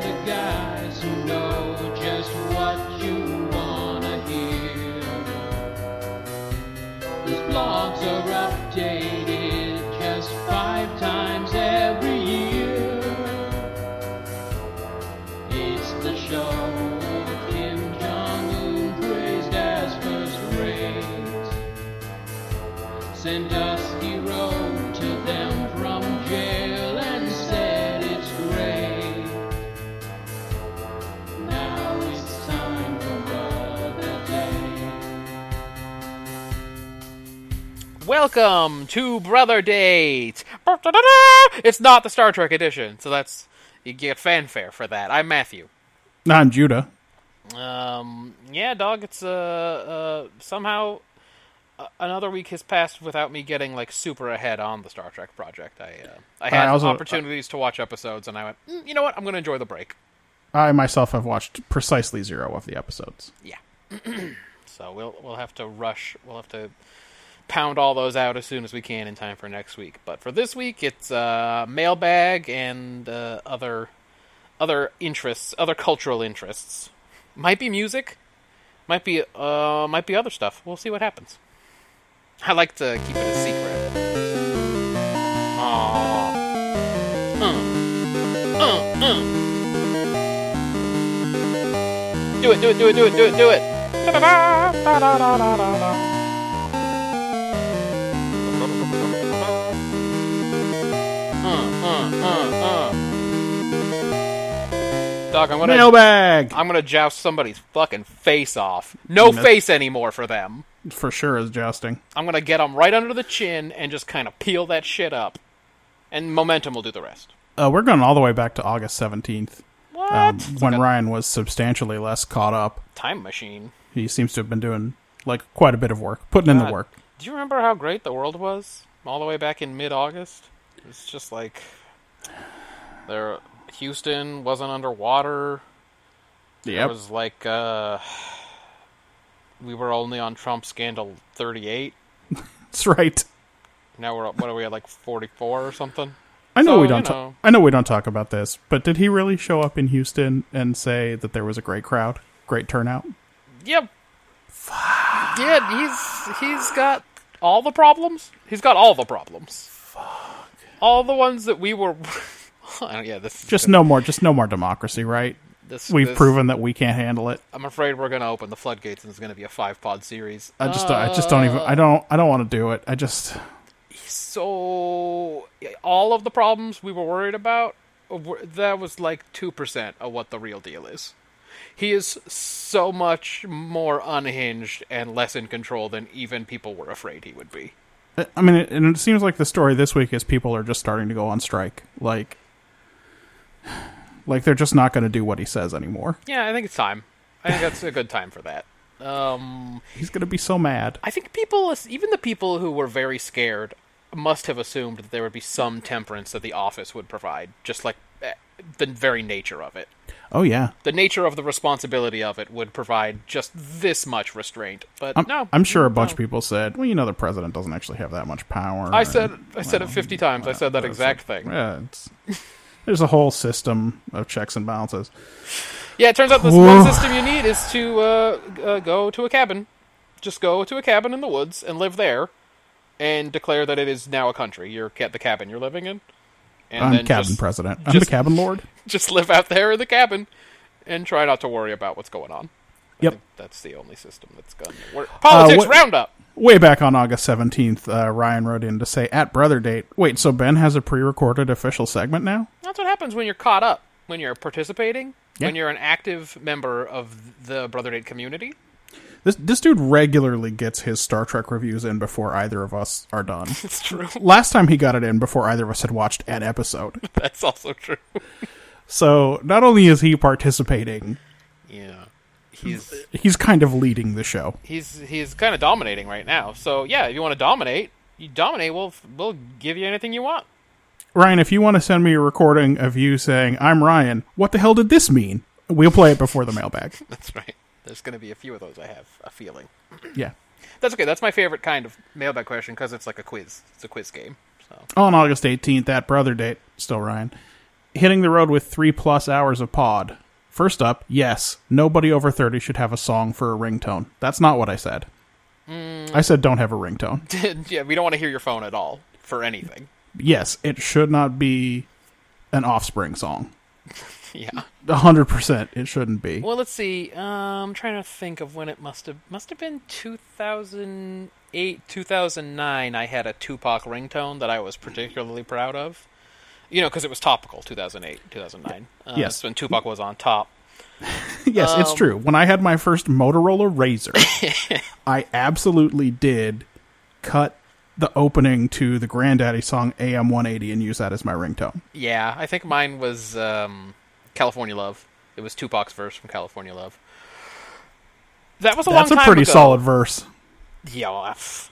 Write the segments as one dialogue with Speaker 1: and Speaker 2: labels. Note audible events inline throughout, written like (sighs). Speaker 1: the guys who know just what you wanna hear. These blogs are updated just five times every year. It's the show of Kim Jong Un praised as first rate. Sandusky wrote to them from jail and said it's great. Now it's time for other day.
Speaker 2: Welcome to Brother Date. It's not the Star Trek edition, so that's you get fanfare for that. I'm Matthew.
Speaker 3: Not Judah.
Speaker 2: Um, yeah, dog. It's uh, uh somehow uh, another week has passed without me getting like super ahead on the Star Trek project. I uh, I had
Speaker 3: I also-
Speaker 2: opportunities to watch episodes, and I went, "Mm, you know what? I'm going to enjoy the break.
Speaker 3: I myself have watched precisely zero of the episodes.
Speaker 2: Yeah. (clears throat) so we'll we'll have to rush. We'll have to pound all those out as soon as we can in time for next week. But for this week, it's uh, mailbag and uh, other other interests, other cultural interests. Might be music, might be uh, might be other stuff. We'll see what happens. I like to keep it a secret. Aww. Uh, uh, uh. Do it, do it, do it, do it, do it, do it. Da-da-da, da-da-da-da-da-da. Uh, uh, uh, uh. Doc, I'm gonna
Speaker 3: Mailbag
Speaker 2: I'm gonna joust somebody's fucking face off. No
Speaker 3: Miss-
Speaker 2: face anymore for them.
Speaker 3: for sure is jousting.
Speaker 2: I'm gonna get them right under the chin and just kind of peel that shit up, and momentum will do the rest.
Speaker 3: Uh, we're going all the way back to August seventeenth,
Speaker 2: What?
Speaker 3: um,
Speaker 2: It's
Speaker 3: when
Speaker 2: like a
Speaker 3: Ryan was substantially less caught up.
Speaker 2: time machine.
Speaker 3: He seems to have been doing like quite a bit of work, putting in
Speaker 2: God.
Speaker 3: the work.
Speaker 2: Do you remember how great the world was all the way back in mid August? It's just like there Houston wasn't underwater. It
Speaker 3: Yep.
Speaker 2: was like uh we were only on Trump scandal 38.
Speaker 3: That's right.
Speaker 2: Now we're at- what are we at like 44 or something?
Speaker 3: I know
Speaker 2: So,
Speaker 3: we
Speaker 2: you
Speaker 3: don't. ta-
Speaker 2: know.
Speaker 3: I know we don't talk about this, but did he really show up in Houston and say that there was a great crowd, great turnout?
Speaker 2: Yep. Yeah, he's he's got all the problems. He's got all the problems. Fuck. All the ones that we were (laughs) I don't- yeah, this
Speaker 3: Just no more. Just no more democracy, right?
Speaker 2: this,
Speaker 3: We've
Speaker 2: this-
Speaker 3: proven that we can't handle it.
Speaker 2: I'm afraid we're gonna open the floodgates and it's gonna be a five pod series.
Speaker 3: I just, I just don't
Speaker 2: Oh.
Speaker 3: even. I don't, I don't want to do it. I just,
Speaker 2: So all of the problems we were worried about, uh, were- that was like two percent of what the real deal is. He is so much more unhinged and less in control than even people were afraid he would be.
Speaker 3: I mean, it, and it seems like the story this week is people are just starting to go on strike. Like, like they're just not going to do what he says anymore.
Speaker 2: Yeah, I think it's time. I think that's a good time for that. Um,
Speaker 3: He's going to be so mad.
Speaker 2: I think people, even the people who were very scared, must have assumed that there would be some temperance that the office would provide, just like eh, the very nature of it.
Speaker 3: Oh yeah,
Speaker 2: the nature of the responsibility of it would provide just this much restraint. But
Speaker 3: I'm,
Speaker 2: no,
Speaker 3: I'm sure a bunch
Speaker 2: no.
Speaker 3: of people said, "Well, you know, the president doesn't actually have that much power."
Speaker 2: I said
Speaker 3: and,
Speaker 2: I said it
Speaker 3: well,
Speaker 2: fifty times. I said that
Speaker 3: well,
Speaker 2: exact
Speaker 3: it's-
Speaker 2: thing.
Speaker 3: Yeah, it's, there's a whole system of checks and balances.
Speaker 2: Yeah, it turns out the
Speaker 3: Whoa.
Speaker 2: one system you need is to uh, uh, go to a cabin. Just go to a cabin in the woods and live there, and declare that it is now a country. You're ca- the cabin you're living in, and
Speaker 3: I'm
Speaker 2: then
Speaker 3: cabin
Speaker 2: just,
Speaker 3: president. I'm the
Speaker 2: just-
Speaker 3: cabin lord.
Speaker 2: (laughs) just live out there in the cabin, and try not to worry about what's going on. I
Speaker 3: Yep. Uh,
Speaker 2: think that's the only system that's going to work. Politics
Speaker 3: what-
Speaker 2: roundup.
Speaker 3: Way back on August 17th, uh, Ryan wrote in to say, at brother date, wait, so Ben has a pre recorded official segment now?
Speaker 2: That's what happens when you're caught up, when you're participating,
Speaker 3: Yeah.
Speaker 2: when you're an active member of the Brother Date community. (laughs)
Speaker 3: This, this dude regularly gets his Star Trek reviews in before either of us are done.
Speaker 2: It's true. (laughs)
Speaker 3: Last time he got it in before either of us had watched an episode.
Speaker 2: That's also true.
Speaker 3: So not only is he participating,
Speaker 2: Yeah. He's
Speaker 3: he's kind of leading the show.
Speaker 2: he's he's kind of dominating right now. So yeah, if you want to dominate, you dominate. We'll we'll give you anything you want.
Speaker 3: Ryan, if you want to send me a recording of you saying, I'm Ryan, what the hell did this mean? We'll play it before the mailbag.
Speaker 2: (laughs) That's right. There's going to be a few of those. I have a feeling.
Speaker 3: Yeah.
Speaker 2: That's okay. That's my favorite kind of mailbag question because it's like a quiz. It's a quiz game. (laughs) So
Speaker 3: On August 18th, that brother date, still Ryan, hitting the road with three plus hours of pod. First up, yes, nobody over 30 should have a song for a ringtone. That's not what I said.
Speaker 2: Mm.
Speaker 3: I said don't have a ringtone.
Speaker 2: yeah, we don't want to hear your phone at all for (laughs) anything.
Speaker 3: yes, it should not be an offspring song.
Speaker 2: Yeah.
Speaker 3: A hundred percent, it shouldn't be.
Speaker 2: Well, let's see. Um, I'm trying to think of when it must have must have been 2008, 2009. I had a Tupac ringtone that I was particularly proud of. You know, because it was topical. 2008, 2009. Uh,
Speaker 3: Yes.
Speaker 2: that's when Tupac was on top.
Speaker 3: (laughs) yes, it's
Speaker 2: Um.
Speaker 3: true. When I had my first Motorola Razor,
Speaker 2: (laughs)
Speaker 3: I absolutely did cut the opening to the Granddaddy song AM 180 and use that as my ringtone.
Speaker 2: Yeah, I think mine was um, California Love. It was Tupac's verse from California Love. That was a
Speaker 3: That's
Speaker 2: long
Speaker 3: a
Speaker 2: time
Speaker 3: pretty
Speaker 2: ago.
Speaker 3: solid verse.
Speaker 2: Yeah, well, pff,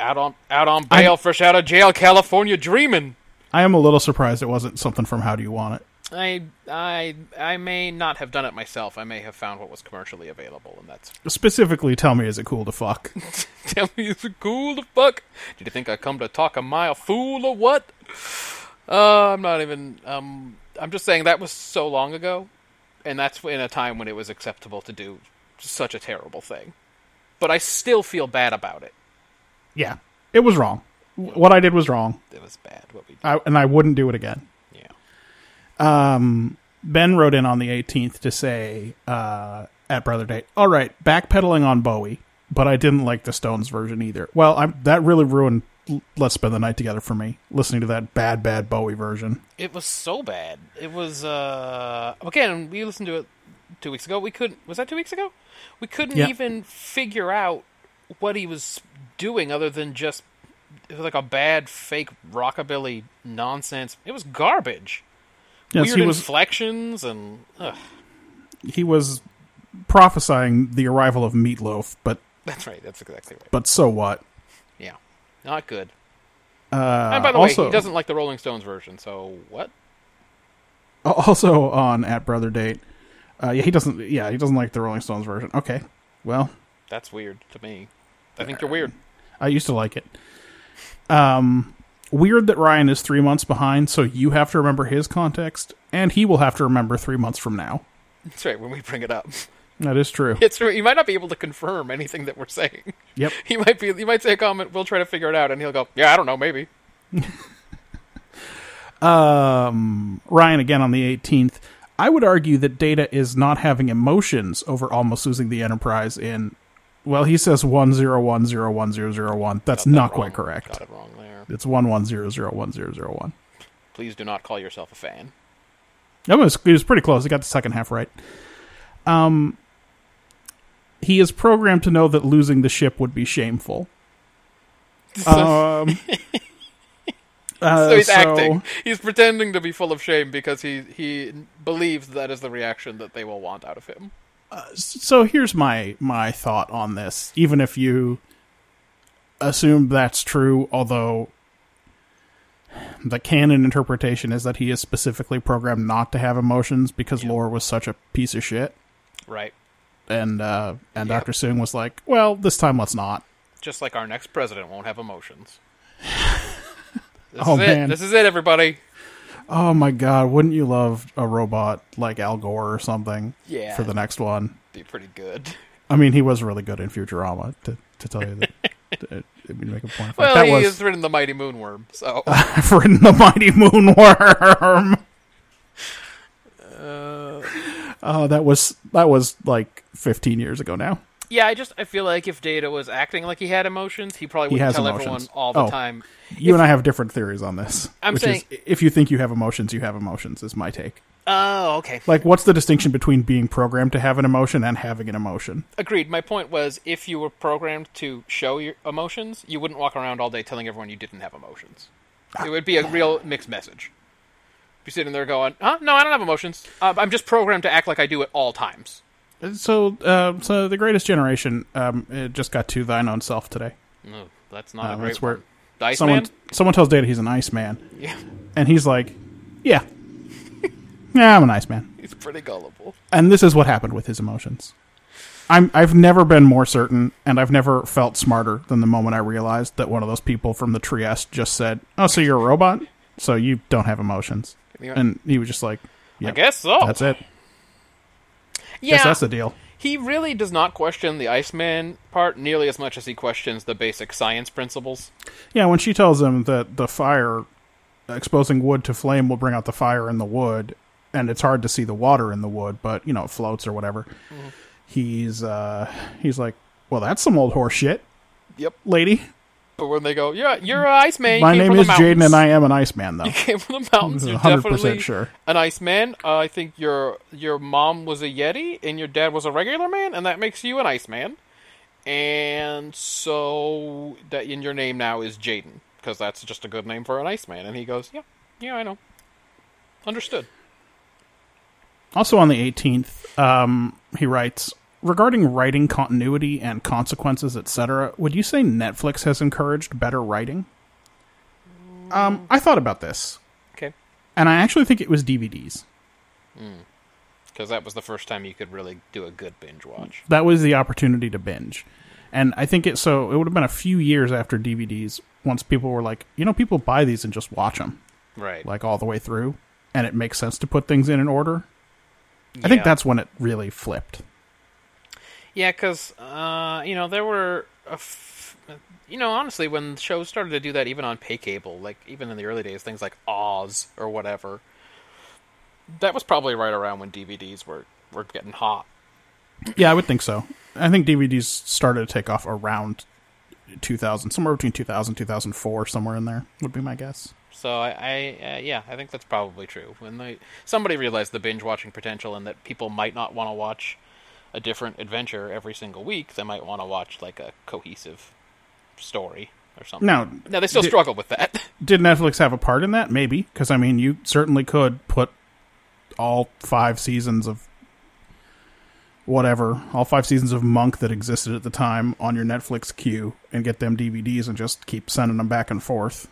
Speaker 2: out on out on bail, fresh out of jail, California dreaming.
Speaker 3: I am a little surprised it wasn't something from How Do You Want It.
Speaker 2: I I I may not have done it myself. I may have found what was commercially available, and that's (laughs)
Speaker 3: Specifically, tell me, is it cool to fuck?
Speaker 2: tell me it's cool the fuck. Did you think I come to talk a mile fool or what? Uh, I'm not even. Um, I'm just saying that was so long ago, and that's in a time when it was acceptable to do such a terrible thing. But I still feel bad about it.
Speaker 3: yeah, it was wrong. W- What I did was wrong,
Speaker 2: It was bad what we did.
Speaker 3: I, and I wouldn't do it again.
Speaker 2: Yeah.
Speaker 3: Ben wrote in on the 18th to say uh, at Brother Date, all right, backpedaling on Bowie, but I didn't like the Stones version either. Well, I'm, that really ruined L- Let's Spend the Night Together for me, listening to that bad, bad Bowie version.
Speaker 2: It was so bad. It was uh again, we listened to it two weeks ago. We couldn't was that two weeks ago? We couldn't
Speaker 3: Yeah.
Speaker 2: even figure out what he was doing other than just it was like a bad fake rockabilly nonsense. It was garbage.
Speaker 3: Yes,
Speaker 2: Weird
Speaker 3: he was,
Speaker 2: inflections and ugh,
Speaker 3: he was prophesying the arrival of Meatloaf, but,
Speaker 2: that's right, that's exactly right.
Speaker 3: but so what?
Speaker 2: Yeah. Not good. Uh, and by the way,
Speaker 3: also-
Speaker 2: he doesn't like the Rolling Stones version, so what?
Speaker 3: Also on at Brother Date, uh, yeah, he doesn't, yeah, he doesn't like the Rolling Stones version. Okay, well,
Speaker 2: That's weird to me. I think you're
Speaker 3: Uh,
Speaker 2: weird.
Speaker 3: I used to like it. Um, weird that Ryan is three months behind, so you have to remember his context, and he will have to remember three months from now.
Speaker 2: That's right, when we bring it up. (laughs)
Speaker 3: That is true.
Speaker 2: It's you might not be able to confirm anything that we're saying. (laughs)
Speaker 3: Yep.
Speaker 2: He might be. He might say a comment. We'll try to figure it out, and he'll go, "Yeah, I don't know, maybe."
Speaker 3: Um, Ryan again on the 18th. I would argue that Data is not having emotions over almost losing the Enterprise in, well, he says 1010101.
Speaker 2: Got
Speaker 3: That's
Speaker 2: that
Speaker 3: not
Speaker 2: wrong.
Speaker 3: quite correct.
Speaker 2: Got it wrong there.
Speaker 3: It's 11001001.
Speaker 2: Please do not call yourself a
Speaker 3: (laughs)
Speaker 2: fan.
Speaker 3: That was he was pretty close. He got the second half right. Um, he is programmed to know that losing the ship would be
Speaker 2: (laughs)
Speaker 3: shameful. Um, uh,
Speaker 2: so he's acting. He's pretending to be full of shame because he he believes that is the reaction that they will want out of him.
Speaker 3: So here's my my thought on this. Even if you assume that's true, although the canon interpretation is that he is specifically programmed not to have emotions because Lore was such a piece of shit,
Speaker 2: Right.
Speaker 3: and uh, and
Speaker 2: Yep.
Speaker 3: Doctor Soong was like, well, this time let's not.
Speaker 2: Just like our next president won't have
Speaker 3: (laughs)
Speaker 2: emotions. This
Speaker 3: Oh,
Speaker 2: is it.
Speaker 3: man.
Speaker 2: This is it, everybody.
Speaker 3: Oh my god, wouldn't you love a robot like Al Gore or something?
Speaker 2: Yeah.
Speaker 3: For the next one.
Speaker 2: Be pretty good.
Speaker 3: I mean, he was really good in Futurama, to, to tell
Speaker 2: (laughs)
Speaker 3: you that. I mean, make a point. of fact.
Speaker 2: Well,
Speaker 3: that
Speaker 2: he
Speaker 3: was
Speaker 2: has ridden the mighty moonworm, so
Speaker 3: (laughs) I've ridden the mighty moonworm. Uh, that was that was like 15 years ago now.
Speaker 2: Yeah, I just I feel like if Data was acting like he had emotions, he probably
Speaker 3: He
Speaker 2: wouldn't
Speaker 3: has
Speaker 2: tell
Speaker 3: emotions.
Speaker 2: everyone all the
Speaker 3: Oh.
Speaker 2: time.
Speaker 3: You and I have different theories on this.
Speaker 2: I'm
Speaker 3: which
Speaker 2: saying-
Speaker 3: is, if you think you have emotions, you have emotions. Is my take.
Speaker 2: Oh, okay.
Speaker 3: Like, what's the distinction between being programmed to have an emotion and having an emotion?
Speaker 2: Agreed. My point was if you were programmed to show your emotions, you wouldn't walk around all day telling everyone you didn't have emotions.
Speaker 3: Ah,
Speaker 2: It would be a real mixed message. Be sitting there going, "Huh? No, I don't have emotions. Uh, I'm just programmed to act like I do at all times."
Speaker 3: So, uh, so the Greatest Generation um, it just got to thine own self today.
Speaker 2: No, that's not a
Speaker 3: Um,
Speaker 2: great
Speaker 3: that's where
Speaker 2: one. The Iceman?
Speaker 3: someone someone tells Data he's an ice man,
Speaker 2: (laughs) Yeah,
Speaker 3: and he's like,
Speaker 2: (laughs)
Speaker 3: "Yeah, yeah, I'm an ice man."
Speaker 2: he's pretty gullible.
Speaker 3: And this is what happened with his emotions. I'm I've never been more certain, and I've never felt smarter than the moment I realized that one of those people from the Trieste just said, "Oh, so you're a robot, so you don't have emotions,"
Speaker 2: Yeah.
Speaker 3: and he was just like, "Yeah,
Speaker 2: I guess so.
Speaker 3: that's it.
Speaker 2: Oh. Yeah,
Speaker 3: Guess that's the deal."
Speaker 2: he really does not question the Iceman part nearly as much as he questions the basic science principles.
Speaker 3: Yeah, when she tells him that the fire, exposing wood to flame will bring out the fire in the wood, and it's hard to see the water in the wood, but you know it floats or whatever.
Speaker 2: Mm-hmm.
Speaker 3: He's uh, he's like, well, that's some old horse shit,
Speaker 2: Yep.
Speaker 3: lady.
Speaker 2: But when they go, yeah, you're an Iceman. you
Speaker 3: My
Speaker 2: came
Speaker 3: name
Speaker 2: from the
Speaker 3: is Jaden,
Speaker 2: mountains."
Speaker 3: and I am an Iceman, though.
Speaker 2: (laughs) came from the mountains.
Speaker 3: This is
Speaker 2: You're
Speaker 3: 100%
Speaker 2: definitely
Speaker 3: sure.
Speaker 2: an Iceman. Uh, I think your your mom was a Yeti and your dad was a regular man, and that makes you an Iceman. And so that in your name now is Jaden because that's just a good name for an Iceman. And he goes, yeah, yeah, I know, understood.
Speaker 3: Also on the 18th, um, he writes regarding writing continuity and consequences, etc. Would you say Netflix has encouraged better writing? Um, I thought about this,
Speaker 2: Okay,
Speaker 3: and I actually think it was DVDs.
Speaker 2: because that was the first time you could really do a good binge watch.
Speaker 3: That was the opportunity to binge, and I think it. So it would have been a few years after DVDs once people were like, you know, people buy these and just watch them
Speaker 2: Right.
Speaker 3: like all the way through, and it makes sense to put things in an order. I think
Speaker 2: Yeah.
Speaker 3: that's when it really flipped.
Speaker 2: Yeah, because uh, you know there were, a f- you know, honestly, when shows started to do that, even on pay cable, like even in the early days, things like Oz or whatever, that was probably right around when DVDs were were getting hot.
Speaker 3: Yeah, I would think so. I think DVDs started to take off around 2000, somewhere between 2000 2004, somewhere in there would be my guess.
Speaker 2: So I, I uh, yeah, I think that's probably true. When they somebody realized the binge watching potential and that people might not want to watch a different adventure every single week, they might want to watch like a cohesive story or something.
Speaker 3: Now,
Speaker 2: now they still
Speaker 3: di-
Speaker 2: struggle with that. (laughs)
Speaker 3: Did Netflix have a part in that? Maybe, because I mean, you certainly could put all five seasons of whatever, all five seasons of Monk that existed at the time on your Netflix queue and get them DVDs and just keep sending them back and forth.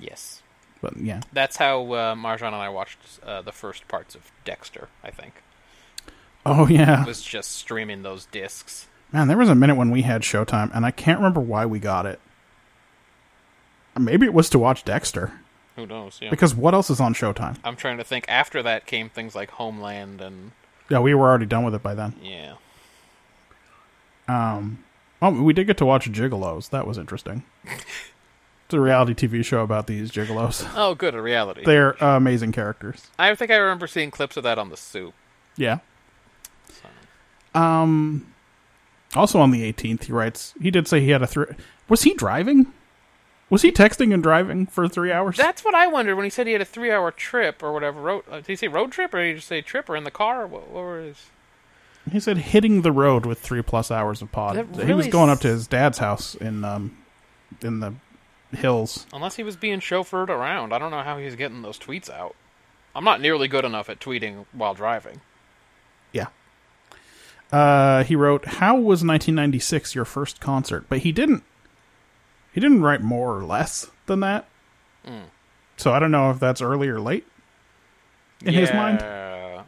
Speaker 2: yes.
Speaker 3: But yeah,
Speaker 2: That's how uh, Marjan and I watched uh, the first parts of Dexter. I think
Speaker 3: oh yeah,
Speaker 2: it was just streaming those discs.
Speaker 3: Man, there was a minute when we had Showtime, and I can't remember why we got it. Maybe it was to watch Dexter,
Speaker 2: Who knows? Yeah.
Speaker 3: because what else is on Showtime?
Speaker 2: I'm trying to think. After that came things like Homeland and
Speaker 3: Yeah, we were already done with it by then.
Speaker 2: yeah,
Speaker 3: Oh, we did get to watch Gigolos. That was interesting. it's a reality TV show about these Gigolos.
Speaker 2: (laughs) oh good, a reality.
Speaker 3: They're uh, amazing characters.
Speaker 2: I think I remember seeing clips of that on the Soup.
Speaker 3: Yeah. Um. Also on the 18th, he writes. He did say he had a three. Was he driving? Was he texting and driving for three hours?
Speaker 2: That's what I wondered when he said he had a three-hour trip or whatever. Road? Uh, did he say road trip or did he just say trip or in the car? What, what were his?
Speaker 3: He said hitting the road with three plus hours of pod.
Speaker 2: That
Speaker 3: He was
Speaker 2: really
Speaker 3: going up to his dad's house in um in the hills.
Speaker 2: Unless he was being chauffeured around, I don't know how he was getting those tweets out. I'm not nearly good enough at tweeting while driving.
Speaker 3: Yeah. Uh, he wrote, "How was 1996 your first concert?" But he didn't. He didn't write more or less than that.
Speaker 2: Hmm.
Speaker 3: So I don't know if that's early or late in his mind.
Speaker 2: Yeah.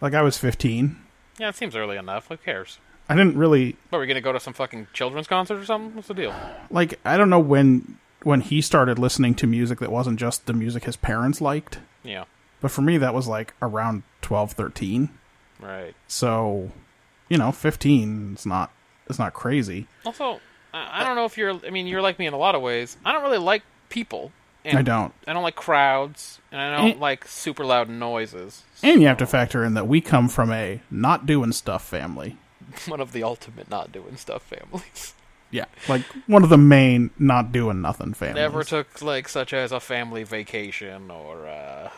Speaker 3: Like I was 15.
Speaker 2: Yeah, it seems early enough. Who cares?
Speaker 3: I didn't really
Speaker 2: What, Are we gonna go to some fucking children's concert or something? What's the deal?
Speaker 3: like I don't know when when he started listening to music that wasn't just the music his parents liked.
Speaker 2: Yeah,
Speaker 3: But for me, that was like around 12, 13.
Speaker 2: right.
Speaker 3: So, you know, 15 it's not it's not crazy.
Speaker 2: Also, I, I don't know if you're. I mean, you're like me in a lot of ways. I don't really like people. And
Speaker 3: I don't.
Speaker 2: I don't like crowds, and I don't
Speaker 3: Eh.
Speaker 2: like super loud noises.
Speaker 3: And you have to factor in that we come from a not doing stuff family.
Speaker 2: (laughs) One of the ultimate not doing stuff families.
Speaker 3: Yeah. Like one of the main not doing nothing families.
Speaker 2: Never took like such as a family vacation or uh,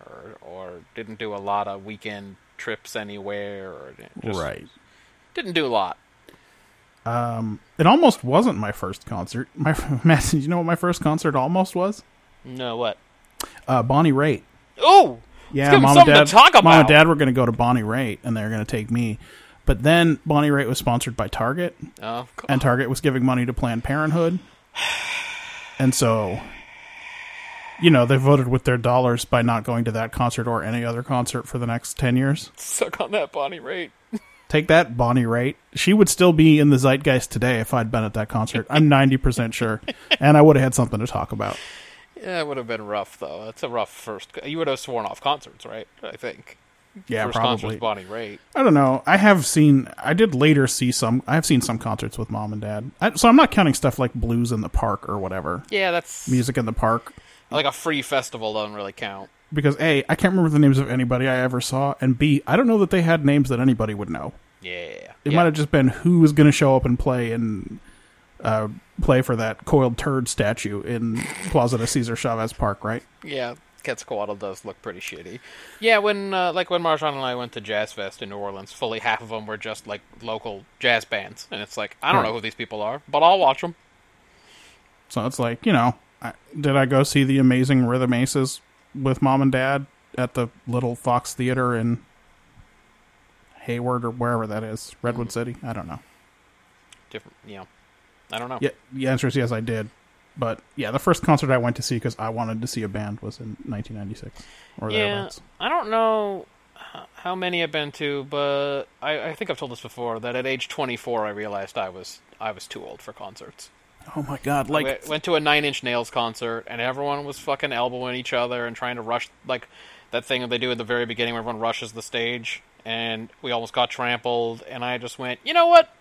Speaker 2: or or didn't do a lot of weekend trips anywhere. Or just
Speaker 3: right.
Speaker 2: Didn't do a lot.
Speaker 3: It almost wasn't my first concert. (laughs) My Matt, you know what my first concert almost was?
Speaker 2: No what?
Speaker 3: Uh, Bonnie Raitt.
Speaker 2: Oh.
Speaker 3: Yeah,
Speaker 2: give 'em
Speaker 3: mom and
Speaker 2: something to
Speaker 3: dad.
Speaker 2: talk
Speaker 3: Mom and
Speaker 2: about.
Speaker 3: dad were going to go to Bonnie Raitt, and they were going to take me. But then Bonnie Raitt was sponsored by Target,
Speaker 2: Oh, c-
Speaker 3: and Target was giving money to Planned Parenthood. And so, you know, they voted with their dollars
Speaker 2: (laughs)
Speaker 3: by not going to that concert or any other concert for the next 10 years.
Speaker 2: suck on that Bonnie Raitt.
Speaker 3: Take that, Bonnie Raitt. She would still be in the zeitgeist today if I'd been at that concert. I'm 90% sure. And I would have had something to talk about.
Speaker 2: Yeah, it would have been rough though. That's a rough first. You would have sworn off concerts, right? I think.
Speaker 3: Yeah,
Speaker 2: first
Speaker 3: probably.
Speaker 2: concert's Bonnie Raitt.
Speaker 3: I don't know. I have seen. I did later see some. I have seen some concerts with mom and dad. I, so I'm not counting stuff like blues in the park or whatever,
Speaker 2: Yeah, that's
Speaker 3: music in the park,
Speaker 2: like a free festival doesn't really count.
Speaker 3: because a I can't remember the names of anybody I ever saw, and b I don't know that they had names that anybody would know.
Speaker 2: Yeah,
Speaker 3: It
Speaker 2: Yeah.
Speaker 3: might have just been who is going to show up and play and uh, play for that coiled turd statue in Plaza de Cesar Chavez Park, right?
Speaker 2: Yeah, Quetzalcoatl does look pretty shitty. Yeah, when uh, like when Marjan and I went to Jazz Fest in New Orleans, fully half of them were just like local jazz bands, and it's like I don't know
Speaker 3: Right.
Speaker 2: who these people are, but I'll watch them.
Speaker 3: So it's like you know, I, did I go see the amazing Rhythm Aces with mom and dad at the little Fox Theater in Hayward or wherever that is, Redwood City? I don't know.
Speaker 2: Different, you know, I don't know.
Speaker 3: Yeah, the answer is yes, I did. But yeah, the first concert I went to see because I wanted to see a band was in 1996 or
Speaker 2: yeah,
Speaker 3: thereabouts.
Speaker 2: I don't know h- how many I've been to, but I, I think I've told this before that at age 24 I realized I was I was too old for concerts.
Speaker 3: Oh my god!
Speaker 2: Like, we went to a Nine Inch Nails concert, and everyone was fucking elbowing each other and trying to rush like that thing that they do at the very beginning where everyone rushes the stage, and we almost got trampled. And I just went, you know what?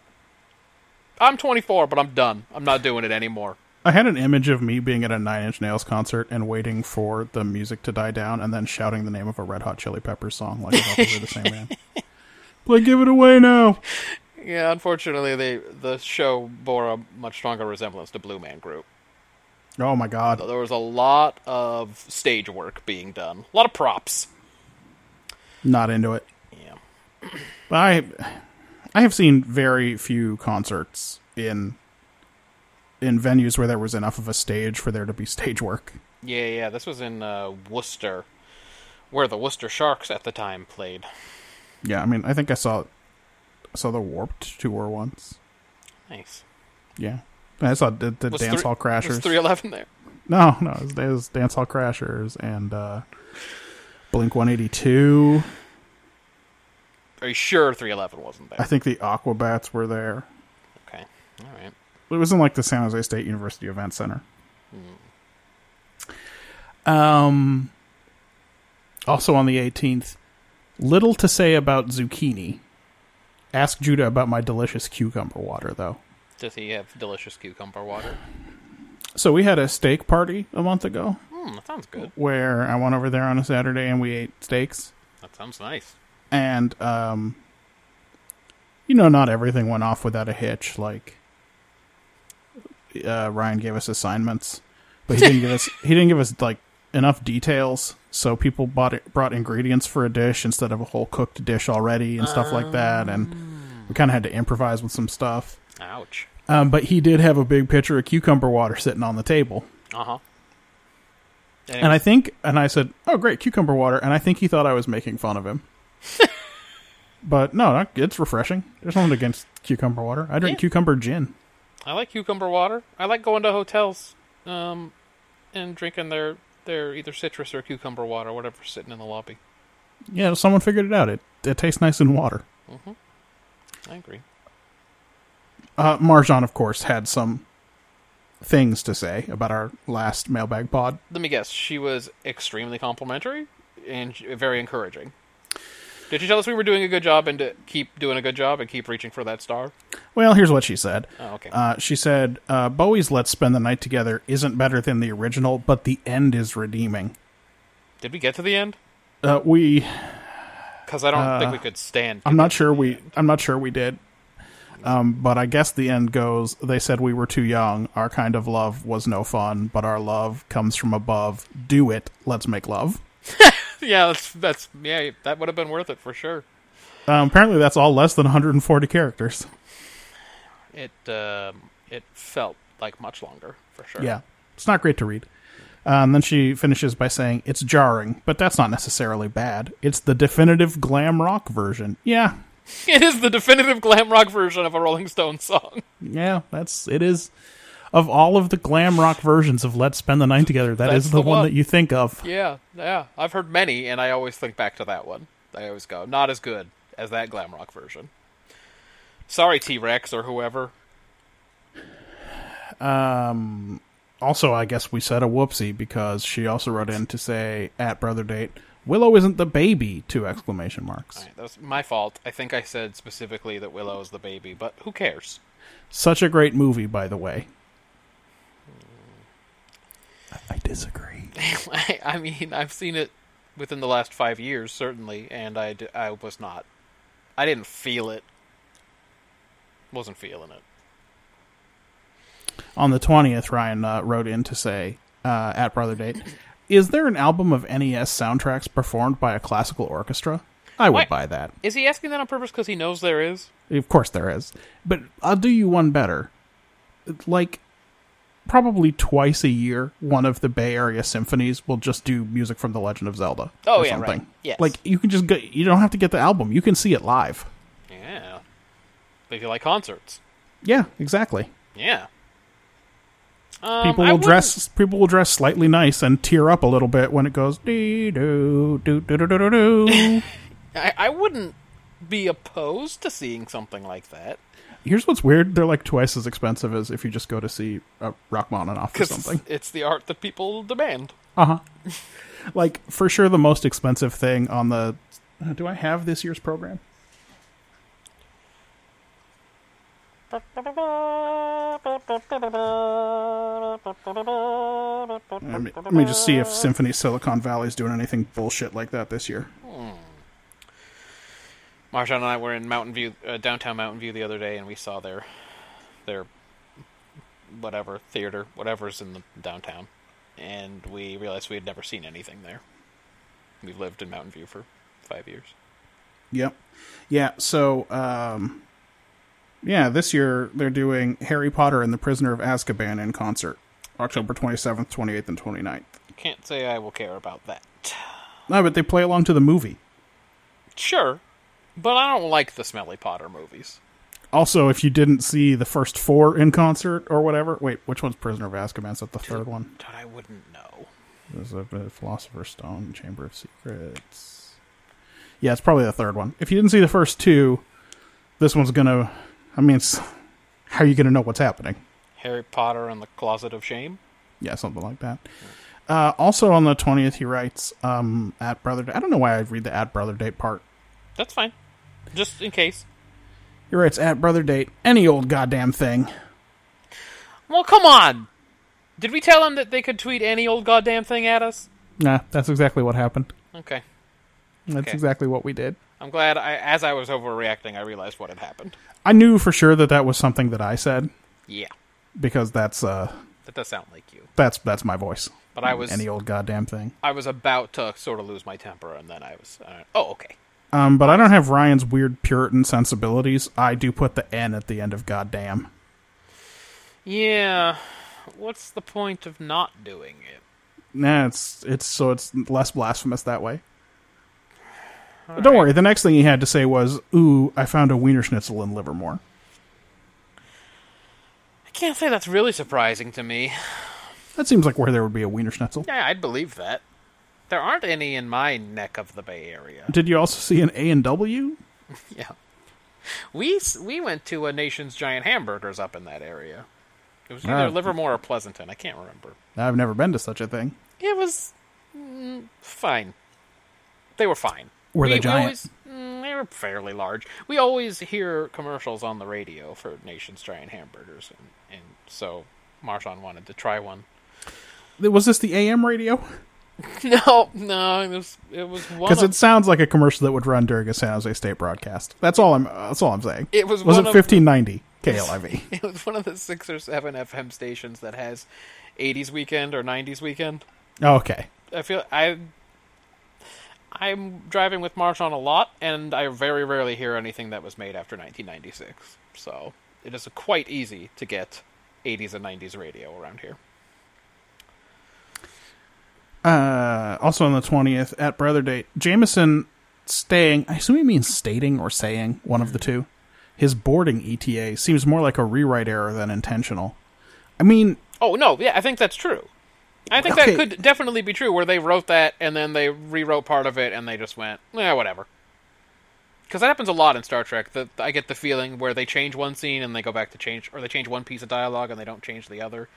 Speaker 2: I'm 24, but I'm done. I'm not doing it anymore.
Speaker 3: I had an image of me being at a Nine Inch Nails concert and waiting for the music to die down and then shouting the name of a Red Hot Chili Peppers song like I thought they were the same band. Like, give it away now.
Speaker 2: Yeah, unfortunately, they the show bore a much stronger resemblance to Blue Man Group.
Speaker 3: Oh my god.
Speaker 2: There was a lot of stage work being done, a lot of props.
Speaker 3: Not into it.
Speaker 2: Yeah,
Speaker 3: But I I have seen very few concerts in in venues where there was enough of a stage for there to be stage work.
Speaker 2: yeah, yeah. This was in uh, Worcester, where the Worcester Sharks at the time played.
Speaker 3: Yeah, I mean, I think I saw I saw the Warped tour once.
Speaker 2: Nice.
Speaker 3: Yeah. I saw the, the
Speaker 2: Was
Speaker 3: Dance
Speaker 2: three-
Speaker 3: Hall Crashers.
Speaker 2: Was three eleven there?
Speaker 3: No, no, it was, it was Dance Hall Crashers and uh, Blink One Eighty Two.
Speaker 2: Are you sure three eleven wasn't there?
Speaker 3: I think the Aquabats were there.
Speaker 2: okay. All right.
Speaker 3: It was in like the San Jose State University Event Center. Um. Also on the eighteenth, little to say about zucchini. Ask Judah about my delicious cucumber water, though.
Speaker 2: Does he have delicious cucumber water?
Speaker 3: So we had a steak party a month ago
Speaker 2: Hmm, that sounds good.
Speaker 3: where I went over there on a Saturday and we ate steaks.
Speaker 2: That sounds nice.
Speaker 3: and um you know not everything went off without a hitch like uh Ryan gave us assignments but he didn't give us he didn't give us like enough details so people bought it, brought ingredients for a dish instead of a whole cooked dish already and stuff like that and we kind of had to improvise with some stuff
Speaker 2: Ouch.
Speaker 3: um, but he did have a big pitcher of cucumber water sitting on the table
Speaker 2: Uh huh.
Speaker 3: and I think, and I said, "Oh, great, cucumber water." And I think he thought I was making fun of
Speaker 2: (laughs)
Speaker 3: him. but no, no, it's refreshing. There's nothing against cucumber water. I drink
Speaker 2: Yeah.
Speaker 3: cucumber gin.
Speaker 2: I like cucumber water. I like going to hotels, um, and drinking their their either citrus or cucumber water, whatever's sitting in the lobby.
Speaker 3: Yeah, someone figured it out. It it tastes nice in water.
Speaker 2: I agree.
Speaker 3: Uh, Marjan, of course, had some things to say about our last mailbag pod.
Speaker 2: Let me guess. She was extremely complimentary and sh- very encouraging. Did she tell us we were doing a good job and to keep doing a good job and keep reaching for that star?
Speaker 3: Well, here's what she said.
Speaker 2: Oh, okay.
Speaker 3: Uh, she said, uh, "Bowie's Let's Spend the Night Together isn't better than the original, but the end is redeeming."
Speaker 2: Did we get to the end?
Speaker 3: Uh, we
Speaker 2: Because I don't think we could stand.
Speaker 3: Uh, I'm not sure we. I'm not sure we did. Um, but I guess the end goes. They said we were too young. Our kind of love was no fun, but our love comes from above. Do it. Let's make love.
Speaker 2: (laughs) Yeah, that's that's yeah. That would have been worth it for sure.
Speaker 3: Um, apparently, that's all less than 140 characters.
Speaker 2: It um, it felt like much longer for sure.
Speaker 3: Yeah, it's not great to read. Uh, and then she finishes by saying, "It's jarring, but that's not necessarily bad. It's the definitive glam rock version." Yeah,
Speaker 2: (laughs) it is the definitive glam rock version of a Rolling Stone song.
Speaker 3: yeah, that's it is. Of all of the glam rock versions of "Let's Spend the Night Together," that's
Speaker 2: That's
Speaker 3: the,
Speaker 2: the
Speaker 3: one
Speaker 2: one.
Speaker 3: that you think of.
Speaker 2: Yeah, yeah. I've heard many, and I always think back to that one. I always go, not as good as that glam rock version. Sorry, T Rex or whoever.
Speaker 3: Also, I guess we said a whoopsie because she also wrote in to say at brother date Willow isn't the baby. Two exclamation marks.
Speaker 2: That was my fault. I think I said specifically that Willow is the baby, but who cares? (laughs)
Speaker 3: Such a great movie, by the way. I disagree.
Speaker 2: I, I mean, I've seen it within the last five years, certainly, and I, d- I was not. I didn't feel it. Wasn't feeling it.
Speaker 3: (laughs) On the twentieth, Ryan uh, wrote in to say uh, at brother date, is there an album of NES soundtracks performed by a classical orchestra? I would
Speaker 2: What?
Speaker 3: buy that.
Speaker 2: Is he asking that on purpose because he knows there is?
Speaker 3: Of course there is. But I'll do you one better. Like probably twice a year, one of the Bay Area symphonies will just do music from The Legend of Zelda.
Speaker 2: Oh,
Speaker 3: or
Speaker 2: yeah, right.
Speaker 3: something.
Speaker 2: Yes.
Speaker 3: Like you can just go you don't have to get the album. You can see it live.
Speaker 2: Yeah. If you like concerts.
Speaker 3: Yeah, exactly.
Speaker 2: Yeah. Um,
Speaker 3: People
Speaker 2: I
Speaker 3: will
Speaker 2: wouldn't-
Speaker 3: dress people will dress slightly nice and tear up a little bit when it goes dee doo doo doo doo doo doo
Speaker 2: (laughs)
Speaker 3: doo.
Speaker 2: I, I wouldn't be opposed to seeing something like that.
Speaker 3: Here's what's weird, they're like twice as expensive as if you just go to see uh, Rachmaninoff or
Speaker 2: Because
Speaker 3: something.
Speaker 2: it's, it's the art that people demand.
Speaker 3: (laughs) like for sure the most expensive thing on the uh, do i have this year's program let me, let me just see if symphony silicon valley is doing anything bullshit like that this year
Speaker 2: Marshawn and I were in Mountain View, uh, downtown Mountain View, the other day, and we saw their, their, whatever theater, whatever's in the downtown, and we realized we had never seen anything there. We've lived in Mountain View for five years.
Speaker 3: yep yeah so um yeah this year they're doing harry potter and the prisoner of azkaban in concert october 27th 28th and 29th
Speaker 2: Can't say I will care about that.
Speaker 3: no but they play along to the movie
Speaker 2: Sure, but I don't like the Smelly Potter movies.
Speaker 3: also if you didn't see the first four in concert or whatever wait which one's prisoner of azkaban is that the third one
Speaker 2: But I wouldn't know.
Speaker 3: There's a bit of Philosopher's Stone, Chamber of Secrets. Yeah, it's probably the third one. If you didn't see the first two, this one's gonna. I mean, it's, how are you gonna know what's happening?
Speaker 2: Harry Potter and the Closet of Shame.
Speaker 3: Yeah, something like that. Uh, also on the twentieth, he writes um, at brother. I don't know why I read the at brother date part.
Speaker 2: That's fine, just in case.
Speaker 3: He writes at brother date any old goddamn thing.
Speaker 2: Well, come on. Did we tell them that they could tweet any old goddamn thing at us?
Speaker 3: Nah, that's exactly what happened.
Speaker 2: Okay.
Speaker 3: That's
Speaker 2: Okay.
Speaker 3: exactly what we did.
Speaker 2: I'm glad I as I was overreacting, I realized what had happened.
Speaker 3: I knew for sure that that was something that I said
Speaker 2: Yeah.
Speaker 3: because that's uh
Speaker 2: That does sound like you.
Speaker 3: that's that's my voice.
Speaker 2: But I was
Speaker 3: any old goddamn thing.
Speaker 2: I was about to sort of lose my temper and then I was uh, oh, okay.
Speaker 3: Um, but I don't have Ryan's weird Puritan sensibilities. I do put the N at the end of goddamn.
Speaker 2: Yeah. What's the point of not doing it?
Speaker 3: Nah, it's it's so it's less blasphemous that way. But don't worry. The next thing he had to say was, "Ooh, I found a wiener schnitzel in Livermore."
Speaker 2: I can't say that's really surprising to me.
Speaker 3: That seems like where there would be a wiener schnitzel.
Speaker 2: Yeah, I'd believe that. There aren't any in my neck of the Bay Area.
Speaker 3: Did you also see an A and W?
Speaker 2: Yeah. We s- we went to a Nation's Giant Hamburgers up in that area. It was either
Speaker 3: Ah.
Speaker 2: Livermore or Pleasanton. I can't remember.
Speaker 3: I've never been to such a thing.
Speaker 2: It was mm, fine. They were fine.
Speaker 3: Were they
Speaker 2: we,
Speaker 3: giant?
Speaker 2: We always, mm, they were fairly large. We always hear commercials on the radio for Nation's Giant Hamburgers, and, and so Marshawn wanted to try one. (laughs)
Speaker 3: Was this the AM radio?
Speaker 2: No, no, it was it was one.
Speaker 3: Because
Speaker 2: Of,
Speaker 3: it sounds like a commercial that would run during a San Jose State broadcast. That's all I'm. that's all I'm saying.
Speaker 2: It was
Speaker 3: was
Speaker 2: one
Speaker 3: it
Speaker 2: of- (laughs)
Speaker 3: 1590 KLIV.
Speaker 2: (laughs) it was one of the six or seven FM stations that has '80s weekend or '90s weekend.
Speaker 3: okay.
Speaker 2: I feel I. I'm driving with Marshawn a lot, and I very rarely hear anything that was made after 1996. So it is quite easy to get 80s and 90s radio around here.
Speaker 3: Uh, also on the 20th at Brother Date, Jameson staying, I assume he means stating or saying, one of the two. His boarding ETA seems more like a rewrite error than intentional. I mean,
Speaker 2: Oh no, yeah, I think that's true. I think
Speaker 3: Okay.
Speaker 2: that could definitely be true, where they wrote that and then they rewrote part of it, and they just went, eh, whatever. because that happens a lot in Star Trek. That I get the feeling where they change one scene and they go back to change, or they change one piece of dialogue and they don't change the other.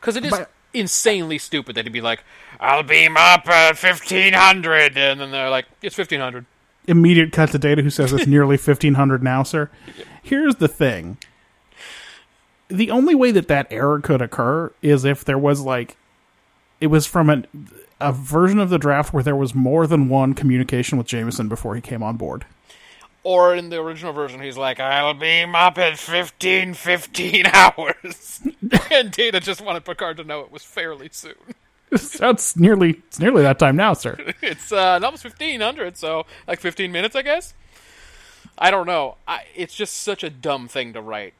Speaker 2: Because it is
Speaker 3: But-
Speaker 2: insanely stupid that he'd be like, "I'll beam up at fifteen hundred," and then they're like, "It's fifteen hundred.
Speaker 3: Immediate cut to data who says it's nearly 1500 now, sir. Here's the thing. The only way that that error could occur is if there was like it was from an a version of the draft where there was more than one communication with Jameson before he came on board. (laughs)
Speaker 2: Or in the original version, he's like, "I'll beam up at fifteen fifteen (laughs) hours," and Data just wanted Picard to know it was fairly soon. (laughs)
Speaker 3: That's nearly it's nearly that time now, sir.
Speaker 2: it's uh, almost fifteen hundred, so like fifteen minutes, I guess. I don't know. I, it's just such a dumb thing to write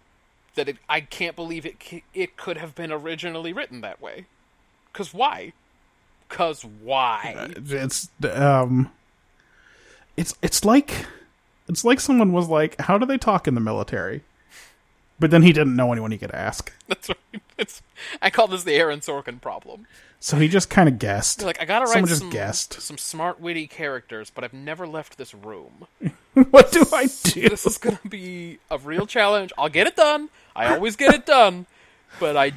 Speaker 2: that it, I can't believe it. c- It could have been originally written that way. Cause why? Cause why?
Speaker 3: it's um it's it's like it's like someone was like how do they talk in the military but then he didn't know anyone he could ask
Speaker 2: (laughs) That's right. It's, I call this the Aaron Sorkin problem.
Speaker 3: so he just kind of guessed
Speaker 2: Like I gotta write
Speaker 3: someone just
Speaker 2: some (laughs)
Speaker 3: guessed
Speaker 2: some smart, witty characters, but I've never left this
Speaker 3: (laughs)
Speaker 2: room.
Speaker 3: what do
Speaker 2: (laughs)
Speaker 3: i do
Speaker 2: this is gonna be a real challenge. I'll get it done. I always get it done, but I,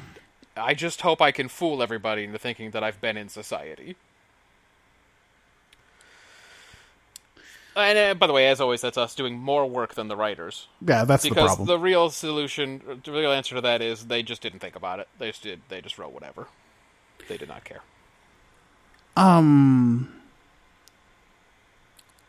Speaker 2: I just hope I can fool everybody into thinking that I've been in society. And uh, by the way, as always, that's us doing more work than the writers
Speaker 3: yeah that's the
Speaker 2: because the,
Speaker 3: problem
Speaker 2: real solution, or the real answer to that is they just didn't think about it. They just did. They just wrote whatever. They did not care.
Speaker 3: Um,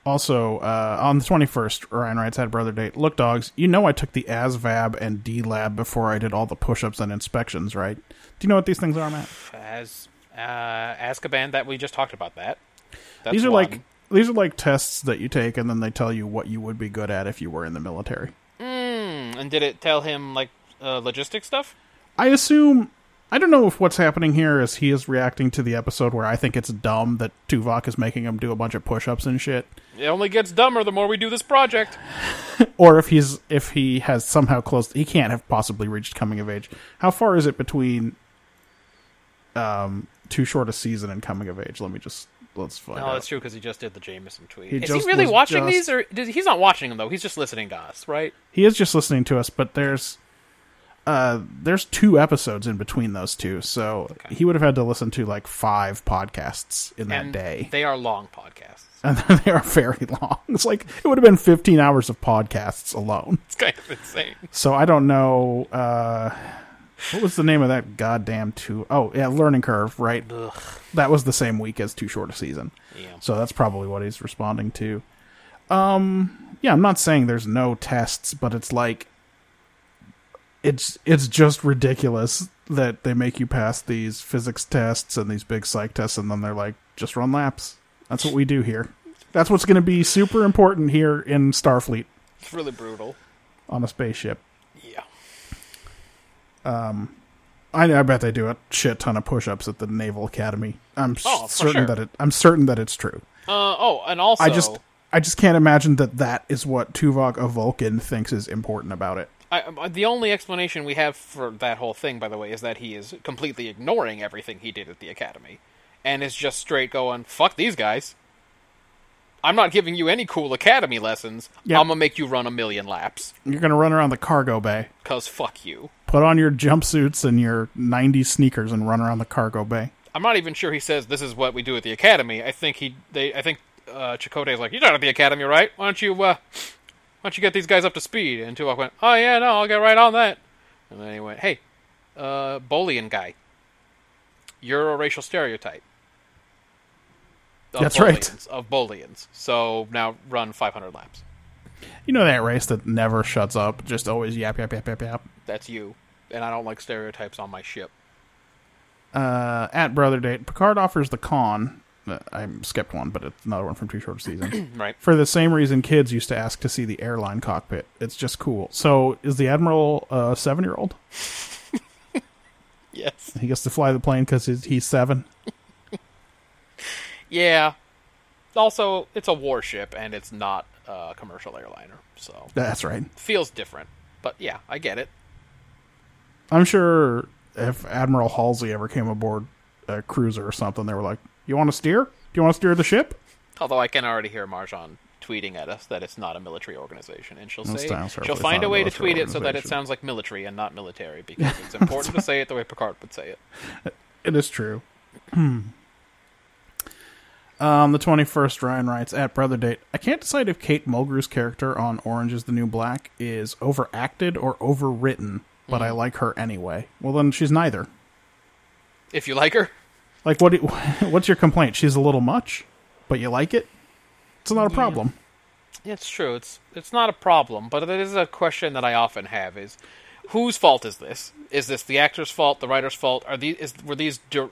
Speaker 3: also uh on the 21st ryan writes had brother date look dogs you know i took the asvab and d lab before i did all the push-ups and inspections right do you know what these things are matt
Speaker 2: As uh, Azkaban, that we just talked about that. That's
Speaker 3: these are
Speaker 2: one.
Speaker 3: like these are like tests that you take and then they tell you what you would be good at if you were in the military
Speaker 2: Mm, and did it tell him like uh, logistic stuff?
Speaker 3: I assume I don't know if what's happening here is he is reacting to the episode where I think it's dumb that Tuvok is making him do a bunch of push-ups and shit,
Speaker 2: It only gets dumber the more we do this project.
Speaker 3: or if he's if he has somehow closed. He can't have possibly reached coming of age. How far is it between um too short a season and coming of age? Let me just let's find
Speaker 2: No,
Speaker 3: out.
Speaker 2: that's true because he just did the Jameson tweet.
Speaker 3: He
Speaker 2: Is
Speaker 3: just
Speaker 2: he really
Speaker 3: was
Speaker 2: watching
Speaker 3: just-
Speaker 2: these, or did, he's not watching them though? He's just listening to us, right?
Speaker 3: He is just listening to us, but there's uh there's two episodes in between those two, so he would have had to listen to like five podcasts in that
Speaker 2: and
Speaker 3: day.
Speaker 2: they are long podcasts.
Speaker 3: (laughs) and they are very long. It's like it would have been 15 hours of podcasts alone.
Speaker 2: It's kind of (laughs) insane.
Speaker 3: So I don't know uh, what was the name of that goddamn two oh yeah, learning curve, right?
Speaker 2: Ugh.
Speaker 3: That was the same week as too short a season.
Speaker 2: Yeah.
Speaker 3: So that's probably what he's responding to. Um, yeah, I'm not saying there's no tests, but it's like it's it's just ridiculous that they make you pass these physics tests and these big psych tests, and then they're like, just run laps. That's what we do here. That's what's going to be super important here in Starfleet
Speaker 2: It's really brutal.
Speaker 3: on a spaceship.
Speaker 2: Yeah.
Speaker 3: I, I bet they do a shit ton of push-ups at the Naval Academy. I'm s-
Speaker 2: Oh, for
Speaker 3: certain
Speaker 2: sure.
Speaker 3: that it. I'm certain that it's true.
Speaker 2: Uh, oh, and also,
Speaker 3: I just I just can't imagine that that is what Tuvok a Vulcan thinks is important about it.
Speaker 2: I, um, the only explanation we have for that whole thing, by the way, is that he is completely ignoring everything he did at the academy, and is just straight going, "Fuck these guys! I'm not giving you any cool academy lessons.
Speaker 3: Yeah.
Speaker 2: I'm gonna make you run a million laps,
Speaker 3: You're gonna run around the cargo bay,
Speaker 2: cause fuck you."
Speaker 3: put on your jumpsuits and your '90s sneakers, and run around the cargo bay.
Speaker 2: I'm not even sure he says this is what we do at the academy. I think he, they, I think uh, Chakotay is like, "You're not at the academy, right? Why don't you, uh, why don't you get these guys up to speed?" And Tuvok went, "Oh yeah, no, I'll get right on that." And then he went, "Hey, uh, Bolian guy, you're a racial stereotype." Of
Speaker 3: That's right.
Speaker 2: Bolians- Of Bolians, so now run 500 laps.
Speaker 3: You know that race that never shuts up, just always yap yap yap yap yap.
Speaker 2: That's you, and I don't like stereotypes on my ship. (laughs)
Speaker 3: Uh, at brother date, Picard offers the con. uh, I skipped one, but it's another one from Too Short
Speaker 2: (clears throat)
Speaker 3: a Season.
Speaker 2: Right?
Speaker 3: For the same reason, kids used to ask to see the airline cockpit. It's just cool. So, is the admiral a seven-year-old?
Speaker 2: Yes.
Speaker 3: He gets to fly the plane because he's, he's seven.
Speaker 2: Yeah. Also, it's a warship and it's not a commercial airliner, so
Speaker 3: That's right.
Speaker 2: feels different. But yeah, I get it.
Speaker 3: I'm sure if Admiral Halsey ever came aboard a cruiser or something, they were like, "You want to steer? Do you want to steer the ship?"
Speaker 2: Although I can already hear Marjan tweeting at us that it's not a military organization, and she'll
Speaker 3: Well,
Speaker 2: say
Speaker 3: Stan's
Speaker 2: she'll
Speaker 3: Surface
Speaker 2: find a
Speaker 3: not a
Speaker 2: way to
Speaker 3: military
Speaker 2: tweet it so that it
Speaker 3: organization.
Speaker 2: sounds like military and not
Speaker 3: (laughs)
Speaker 2: military because it's important to say it the way Picard would say it.
Speaker 3: It is true. Hmm. um, the 21st, Ryan writes at Brother Date I can't decide if Kate Mulgrew's character on Orange is the New Black is overacted or overwritten, but I like her anyway. Well, then she's neither.
Speaker 2: If you like her,
Speaker 3: Like, what? Do you, (laughs) what's your complaint? She's a little much, but you like it? It's not a problem.
Speaker 2: it's true. It's it's not a problem, but it is a question that I often have: is whose fault is this? Is this the actor's fault? The writer's fault? Are these is, were these dir-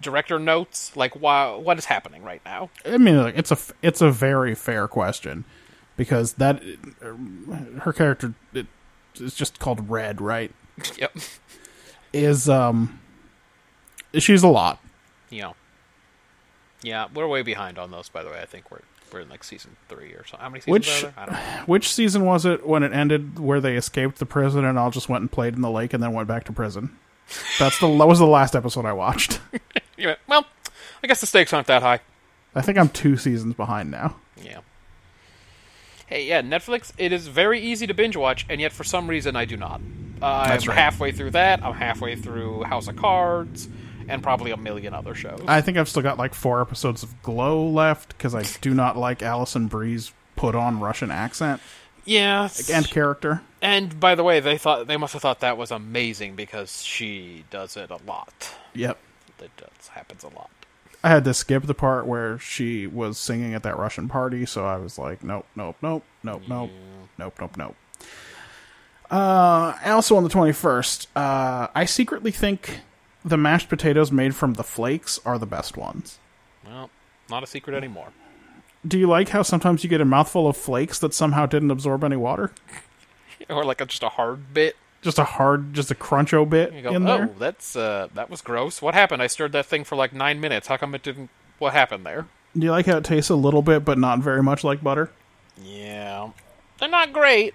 Speaker 2: director notes? Like, why? What is happening right now?
Speaker 3: I mean, like, it's a f- it's a very fair question because that her character it, is just called Red, right?
Speaker 2: yep.
Speaker 3: Is um, she's a lot.
Speaker 2: you know. Yeah, we're way behind on those, by the way. I think we're we're in like season three or so. How many seasons
Speaker 3: Which-
Speaker 2: are there? I don't know.
Speaker 3: Which season was it when it ended where they escaped the prison and all just went and played in the lake and then went back to prison? That's the that was the last episode I watched.
Speaker 2: Anyway, well, I guess the stakes aren't that high.
Speaker 3: I think I'm two seasons behind now.
Speaker 2: Yeah. Hey, yeah, Netflix. It is very easy to binge watch, and yet for some reason I do not. Uh, I'm
Speaker 3: That's right.
Speaker 2: halfway through that. I'm halfway through House of Cards, and probably a million other shows.
Speaker 3: I think I've still got like four episodes of Glow left because I do not like Allison Bree's put on Russian accent
Speaker 2: yeah,
Speaker 3: and character.
Speaker 2: and by the way, they thought they must have thought that was amazing because she does it a lot.
Speaker 3: Yep.
Speaker 2: That does happens a lot.
Speaker 3: I had to skip the part where she was singing at that Russian party, so I was like, nope, nope, nope, nope, nope, nope, nope, nope. Uh, also on the 21st, uh, I secretly think the mashed potatoes made from the flakes are the best ones.
Speaker 2: Well, not a secret anymore. (laughs)
Speaker 3: Do you like how sometimes you get a mouthful of flakes that somehow didn't absorb any water?
Speaker 2: or like a, just a hard bit.
Speaker 3: Just a hard, just a cruncho bit
Speaker 2: You go,
Speaker 3: in
Speaker 2: oh,
Speaker 3: there?
Speaker 2: that's uh, that was gross. What happened? I stirred that thing for like nine minutes. How come it didn't? What happened there?
Speaker 3: Do you like how it tastes a little bit, but not very much like butter?
Speaker 2: Yeah, they're not great,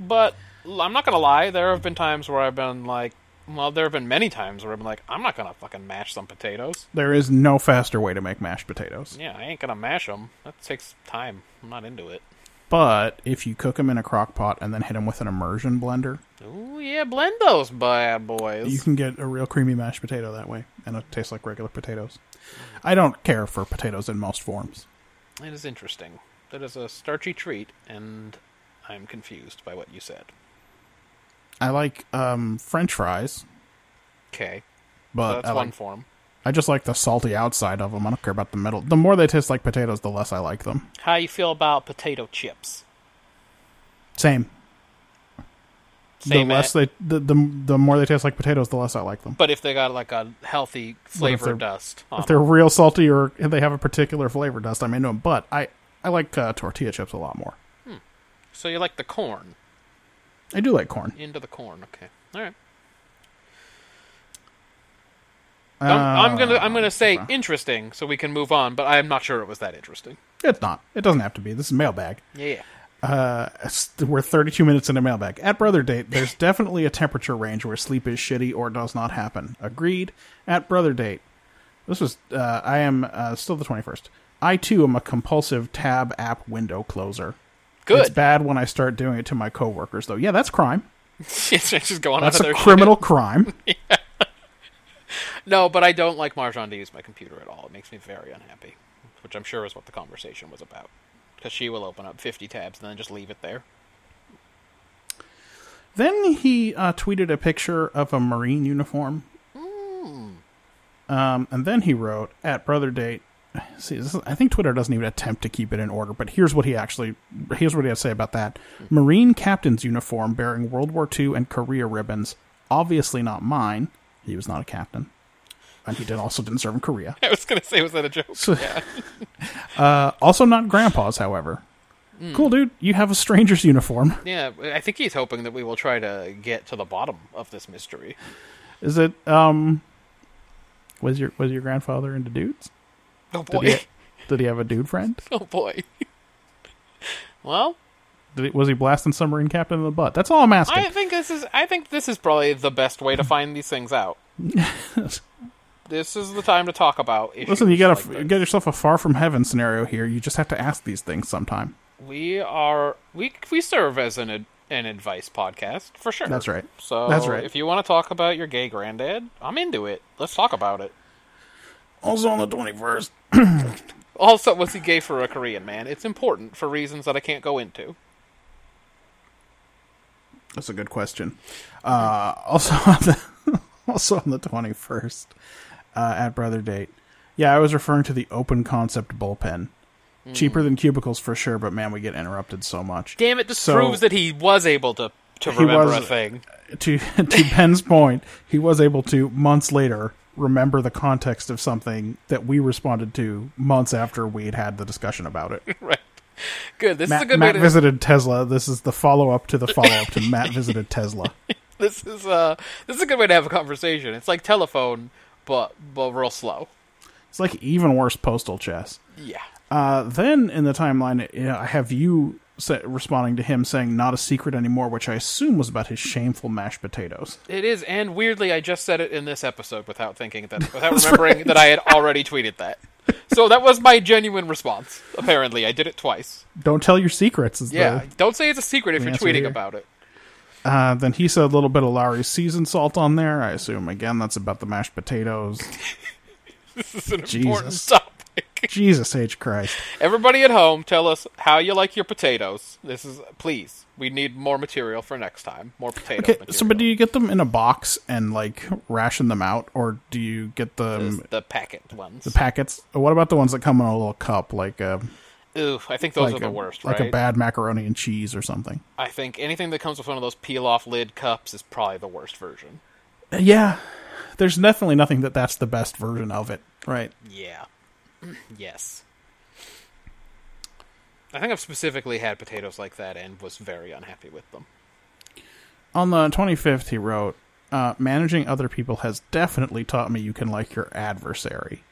Speaker 2: but l- I'm not gonna lie. There have been times where I've been like, well, there have been many times where I've been like, I'm not gonna fucking mash some potatoes.
Speaker 3: There is no faster way to make mashed potatoes.
Speaker 2: Yeah, I ain't gonna mash them. That takes time. I'm not into it.
Speaker 3: But if you cook them in a crock pot and then hit them with an immersion blender,
Speaker 2: Ooh, yeah, blend those bad boys.
Speaker 3: you can get a real creamy mashed potato that way, and it tastes like regular potatoes. I don't care for potatoes in most forms.
Speaker 2: It is interesting. That is a starchy treat, and I'm confused by what you said.
Speaker 3: I like um, French fries,
Speaker 2: Okay,
Speaker 3: but
Speaker 2: that's
Speaker 3: Uh, I,
Speaker 2: one
Speaker 3: like,
Speaker 2: form.
Speaker 3: I just like the salty outside of them. I don't care about the middle. The more they taste like potatoes, the less I like them.
Speaker 2: How you feel about potato chips?
Speaker 3: Same.
Speaker 2: Same
Speaker 3: the less
Speaker 2: eh?
Speaker 3: they, the, the the more they taste like potatoes, the less I like them.
Speaker 2: but if they got like a healthy flavor
Speaker 3: they're-
Speaker 2: dust on
Speaker 3: if they're real salty or if they have a particular flavor dust, I'm into them. But I I like uh, tortilla chips a lot more.
Speaker 2: them. So you like the corn.
Speaker 3: I do like corn.
Speaker 2: Into the corn. Okay. All right.
Speaker 3: Uh,
Speaker 2: I'm, I'm gonna I'm gonna say interesting, so we can move on. But I'm not sure it was that interesting.
Speaker 3: It's not. It doesn't have to be. This is mailbag.
Speaker 2: Yeah. yeah.
Speaker 3: It's- We're 32 minutes into mailbag. At Brother Date, there's definitely a temperature range where sleep is shitty or does not happen. Agreed. At Brother Date, this was. Uh, I am uh, still the 21st. I too am a compulsive tab app window closer. It's
Speaker 2: Good.
Speaker 3: bad when I start doing it to my coworkers, though. Yeah, that's crime.
Speaker 2: (laughs) It's just going
Speaker 3: That's
Speaker 2: on
Speaker 3: a criminal crime.
Speaker 2: No, but I don't like Marjan to use my computer at all. It makes me very unhappy, which I'm sure is what the conversation was about. Because she will open up 50 tabs and then just leave it there. (laughs)
Speaker 3: Then he uh, tweeted a picture of a Marine uniform. Um, and then he wrote at Brother Date. See, this is, I think Twitter doesn't even attempt to keep it in order, but here's what he actually here's what he had to say about that: Marine captain's uniform bearing World War II and Korea ribbons. Obviously not mine. He was not a captain, and he did also didn't serve in Korea.
Speaker 2: I was gonna say, was that a joke?
Speaker 3: (laughs) Uh, also not grandpa's, however. Cool, dude. You have a stranger's uniform.
Speaker 2: Yeah, I think he's hoping that we will try to get to the bottom of this mystery.
Speaker 3: Is it? Um, was your was your grandfather into dudes?
Speaker 2: Oh
Speaker 3: Did
Speaker 2: boy! (laughs)
Speaker 3: he, did he have a dude friend?
Speaker 2: Oh boy! (laughs) well,
Speaker 3: Did he, was he blasting some marine captain in the butt? That's all I'm asking.
Speaker 2: I think this is. I think this is probably the best way to find these things
Speaker 3: (laughs)
Speaker 2: out. This is the time to talk about issues.
Speaker 3: Listen, you gotta
Speaker 2: (laughs) like this.
Speaker 3: get yourself a far from heaven scenario here. You just have to ask these things sometime.
Speaker 2: we are we we serve as an ad, an advice podcast for sure.
Speaker 3: That's right.
Speaker 2: So
Speaker 3: That's right.
Speaker 2: If you want to talk about your gay granddad, I'm into it. Let's talk about it.
Speaker 3: Also on the 21st.
Speaker 2: Also, was he gay for a Korean man? It's important for reasons that I can't go into.
Speaker 3: That's a good question. Uh, also (laughs) on the also on the 21st uh, at Brother Date. Yeah, I was referring to the open concept bullpen.
Speaker 2: Hmm.
Speaker 3: Cheaper than cubicles for sure, but man, we get interrupted so much.
Speaker 2: Damn it! This
Speaker 3: So-
Speaker 2: proves that he was able to to
Speaker 3: He
Speaker 2: remember
Speaker 3: was-
Speaker 2: a thing. (laughs)
Speaker 3: to (laughs) to Ben's point, he was able to months later remember the context of something that we responded to months after we had had the discussion
Speaker 2: (laughs)
Speaker 3: about it.
Speaker 2: Right. Good. This is a
Speaker 3: Matt,
Speaker 2: good
Speaker 3: Matt
Speaker 2: way to.
Speaker 3: visited Tesla. This is the follow
Speaker 2: (laughs)
Speaker 3: up to the follow up to Matt visited Tesla.
Speaker 2: This is uh. This is a good way to have a conversation. It's like telephone, but but real slow.
Speaker 3: It's like even worse postal chess.
Speaker 2: Yeah.
Speaker 3: Uh, then in the timeline, you know, I have you sa responding to him saying "not a secret anymore," which I assume was about his shameful mashed potatoes.
Speaker 2: It is, and weirdly, I just said it in this episode without thinking that, without remembering that I had already tweeted that. So that was my genuine response. Apparently, I did it twice.
Speaker 3: Don't tell your secrets. Is
Speaker 2: Yeah,
Speaker 3: the
Speaker 2: don't say it's a secret if
Speaker 3: the
Speaker 2: you're
Speaker 3: answer
Speaker 2: tweeting
Speaker 3: here.
Speaker 2: about it.
Speaker 3: Uh, then he said a little bit of Lowry's seasoned salt on there. I assume again that's about the
Speaker 2: (laughs)
Speaker 3: mashed potatoes.
Speaker 2: This is an important
Speaker 3: Jesus.
Speaker 2: topic.
Speaker 3: Jesus H Christ!
Speaker 2: (laughs) Everybody at home, tell us how you like your potatoes. This is please. We need more material for next time. More potato
Speaker 3: Okay,
Speaker 2: material.
Speaker 3: so but do you get them in a box and like ration them out, or do you get
Speaker 2: There's
Speaker 3: them
Speaker 2: the packet ones.
Speaker 3: um, the packets? What about the ones that come in a little cup, like a
Speaker 2: Ooh, I think those
Speaker 3: like
Speaker 2: are the
Speaker 3: a-
Speaker 2: worst,
Speaker 3: like
Speaker 2: right?
Speaker 3: a bad macaroni and cheese or something?
Speaker 2: I think anything that comes with one of those peel-off lid cups is probably the worst version.
Speaker 3: Uh, Yeah, there's definitely nothing that that's the best version of it, right?
Speaker 2: Yeah. (clears throat) yes. I think I've specifically had potatoes like that and was very unhappy with them.
Speaker 3: On the 25th, he wrote, uh, "Managing other people has definitely taught me you can like your adversary."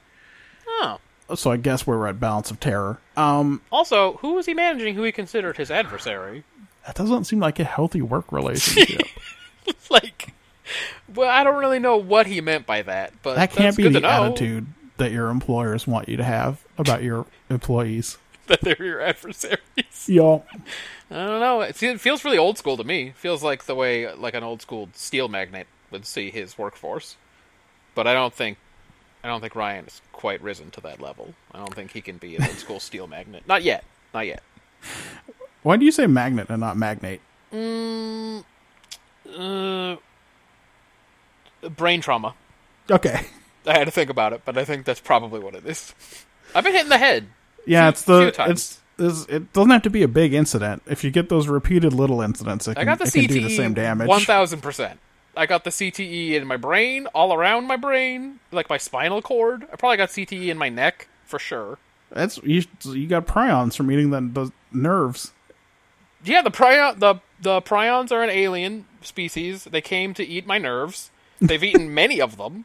Speaker 2: Oh.
Speaker 3: so I guess we were at Balance of Terror. Um,
Speaker 2: Also, who was he managing who he considered his adversary? (laughs)
Speaker 3: that doesn't seem like a healthy work relationship.
Speaker 2: like, well, I don't really know what he meant by that, but
Speaker 3: that can't
Speaker 2: that's
Speaker 3: be
Speaker 2: good to
Speaker 3: the
Speaker 2: know
Speaker 3: attitude that your employers want you to have about your employees.
Speaker 2: (laughs) that they're your adversaries.
Speaker 3: Y'all,
Speaker 2: I don't know. It fe- it feels really old school to me. It feels like the way like an old school steel magnate would see his workforce, but I don't think I don't think Ryan is quite risen to that level. I don't think he can be an old school steel magnate. Not yet. Not yet.
Speaker 3: why do you say magnet and not magnate?
Speaker 2: Uh, brain trauma.
Speaker 3: Okay,
Speaker 2: I had to think about it, but I think that's probably what it is. I've been hitting the head.
Speaker 3: yeah,
Speaker 2: Few-
Speaker 3: it's the
Speaker 2: few times.
Speaker 3: it's. This, it doesn't have to be a big incident. If you get those repeated little incidents, it can,
Speaker 2: I got the
Speaker 3: it
Speaker 2: CTE
Speaker 3: can do the same damage.
Speaker 2: One thousand percent. I got the CTE in my brain, all around my brain, like my spinal cord. I probably got CTE in my neck for sure.
Speaker 3: That's you. You got prions from eating the, the nerves.
Speaker 2: Yeah, the prion, the the prions are an alien species. They came to eat my nerves. They've (laughs) eaten many of them,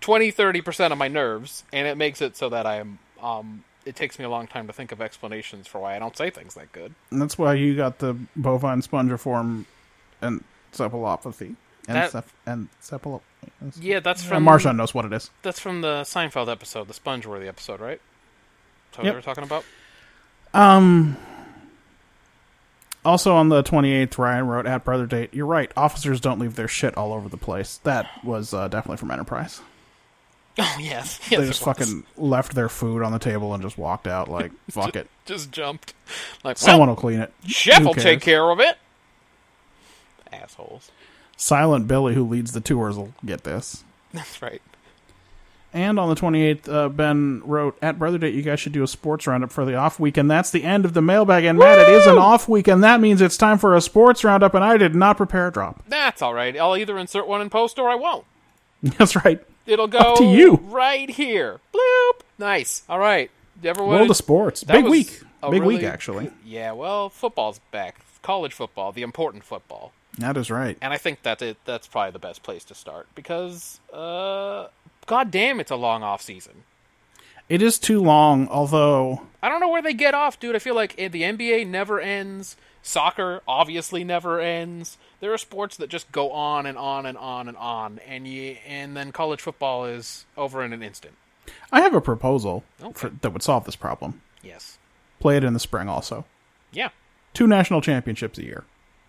Speaker 2: 20 30 percent of my nerves, and it makes it so that I'm um. It takes me a long time to think of explanations for why I don't say things that good.
Speaker 3: And that's why you got the bovine spongiform and cephalopathy. And,
Speaker 2: That-
Speaker 3: ceph- and cephalopathy.
Speaker 2: Yeah, that's
Speaker 3: And
Speaker 2: from
Speaker 3: Marshawn knows what it is.
Speaker 2: That's from the Seinfeld episode, the SpongeWorthy episode, right? That's what
Speaker 3: Yep.
Speaker 2: we were talking about.
Speaker 3: Um, Also on the 28th, Ryan wrote at Brother Date, You're right, officers don't leave their shit all over the place. That was uh, definitely from Enterprise.
Speaker 2: (laughs) Oh yes, yes.
Speaker 3: They
Speaker 2: it
Speaker 3: just
Speaker 2: was.
Speaker 3: fucking left their food on the table and just walked
Speaker 2: (laughs)
Speaker 3: out like, fuck it.
Speaker 2: just jumped. Like well,
Speaker 3: Someone will clean it.
Speaker 2: Chef
Speaker 3: Who
Speaker 2: will take
Speaker 3: cares?
Speaker 2: care of it. Assholes. (laughs)
Speaker 3: Silent Billy, who leads the tours, will get this.
Speaker 2: That's right.
Speaker 3: And on the 28th, uh, Ben wrote, At Brother Date, you guys should do a sports roundup for the off week. And that's the end of the mailbag. And Matt, it is an off week, and that means it's time for a sports roundup. And I did not prepare a drop. (laughs)
Speaker 2: That's all right. I'll either insert one in post or I won't.
Speaker 3: That's right.
Speaker 2: It'll go
Speaker 3: to you.
Speaker 2: right here. Bloop. Nice. All right. Everyone.
Speaker 3: World of sports.
Speaker 2: that
Speaker 3: Big
Speaker 2: was
Speaker 3: week.
Speaker 2: a
Speaker 3: Big week,
Speaker 2: really-
Speaker 3: actually.
Speaker 2: Yeah. Well, football's back. College football, the important football.
Speaker 3: That is right.
Speaker 2: and I think that it, that's probably the best place to start because, uh, god damn, it's a long off season.
Speaker 3: It is too long, although
Speaker 2: I don't know where they get off, dude. I feel like eh, the NBA never ends. Soccer obviously never ends. There are sports that just go on and on and on and on, and you, and then college football is over in an instant.
Speaker 3: I have a proposal
Speaker 2: Okay.
Speaker 3: for, that would solve this problem.
Speaker 2: Yes,
Speaker 3: Play it in the spring, also.
Speaker 2: Yeah.
Speaker 3: Two national championships a year.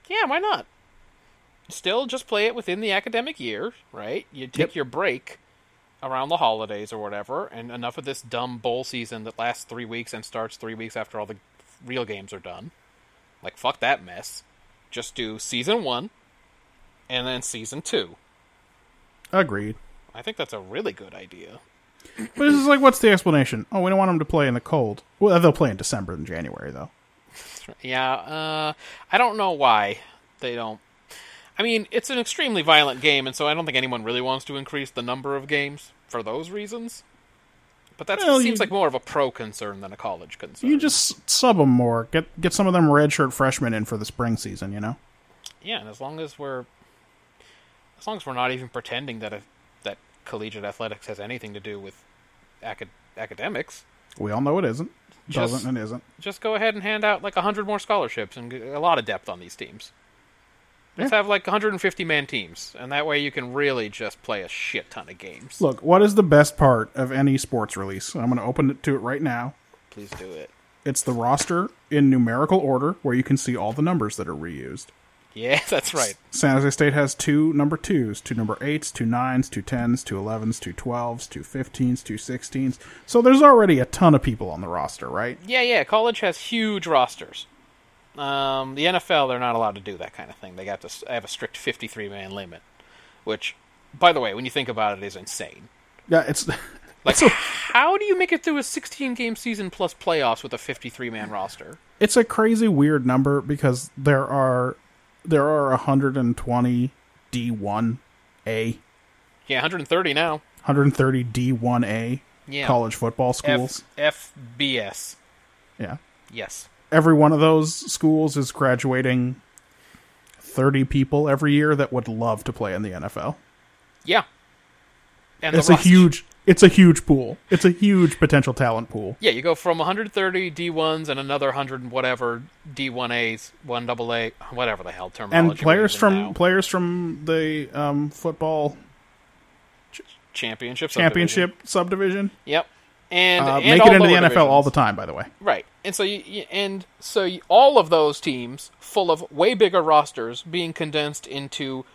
Speaker 2: Yeah, why not? Still just play it within the academic year, right? You take
Speaker 3: Yep.
Speaker 2: your break around the holidays or whatever, and enough of this dumb bowl season that lasts three weeks and starts three weeks after all the real games are done. Like, fuck that mess. Just do season one and then season two.
Speaker 3: Agreed.
Speaker 2: I think that's a really good idea.
Speaker 3: But this is like, what's the explanation? Oh, we don't want them to play in the cold. Well, they'll play in December and January, though.
Speaker 2: Yeah, uh, I don't know why they don't. I mean, it's an extremely violent game, and so I don't think anyone really wants to increase the number of games for those reasons. But that
Speaker 3: Well,
Speaker 2: seems
Speaker 3: you-
Speaker 2: like more of a pro concern than a college concern.
Speaker 3: You just sub them more. Get get some of them redshirt freshmen in for the spring season. You know.
Speaker 2: yeah, and as long as we're as long as we're not even pretending that a, that collegiate athletics has anything to do with acad- academics,
Speaker 3: We all know it isn't.
Speaker 2: Just-
Speaker 3: Doesn't and isn't.
Speaker 2: just go ahead and hand out like 100 more scholarships and get a lot of depth on these teams. Let's have like 150 man teams, and that way you can really just play a shit ton of games.
Speaker 3: Look, what is the best part of any sports release? I'm going to open it to it right now.
Speaker 2: Please do it.
Speaker 3: It's the roster in numerical order, where you can see all the numbers that are reused.
Speaker 2: Yeah, (laughs) that's right.
Speaker 3: San Jose State has two number twos, two number eights, two nines, two tens, two elevens, two twelves, two fifteens, two sixteens. So there's already a ton of people on the roster, right?
Speaker 2: Yeah, yeah. College has huge rosters. Um, the NFL, they're not allowed to do that kind of thing. They got to s- have a strict 53 man limit, which, by the way, when you think about it, is insane.
Speaker 3: Yeah, it's (laughs)
Speaker 2: Like, how do you make it through a 16 game season plus playoffs with a 53 man roster?
Speaker 3: it's a crazy weird number because there are there are 120 D1A,
Speaker 2: Yeah, 130 now.
Speaker 3: 130 D1A
Speaker 2: Yeah.
Speaker 3: college football schools.
Speaker 2: F- FBS.
Speaker 3: yeah.
Speaker 2: Yes.
Speaker 3: Every one of those schools is graduating 30 people every year that would love to play in the NFL.
Speaker 2: Yeah. And
Speaker 3: it's
Speaker 2: the
Speaker 3: a
Speaker 2: roster-
Speaker 3: huge it's a huge pool it's a huge potential talent pool
Speaker 2: Yeah, you go from 130 D1s and another 100 and whatever D1As, 1AA, whatever the hell terminology.
Speaker 3: and players
Speaker 2: we're using
Speaker 3: from
Speaker 2: now.
Speaker 3: players from the um, football
Speaker 2: championship subdivision.
Speaker 3: championship subdivision
Speaker 2: Yep. And,
Speaker 3: uh,
Speaker 2: and
Speaker 3: make
Speaker 2: all
Speaker 3: it into the
Speaker 2: lower
Speaker 3: NFL all the
Speaker 2: divisions.
Speaker 3: time by the way
Speaker 2: Right. And so you, you and so you, all of those teams full of way bigger rosters being condensed into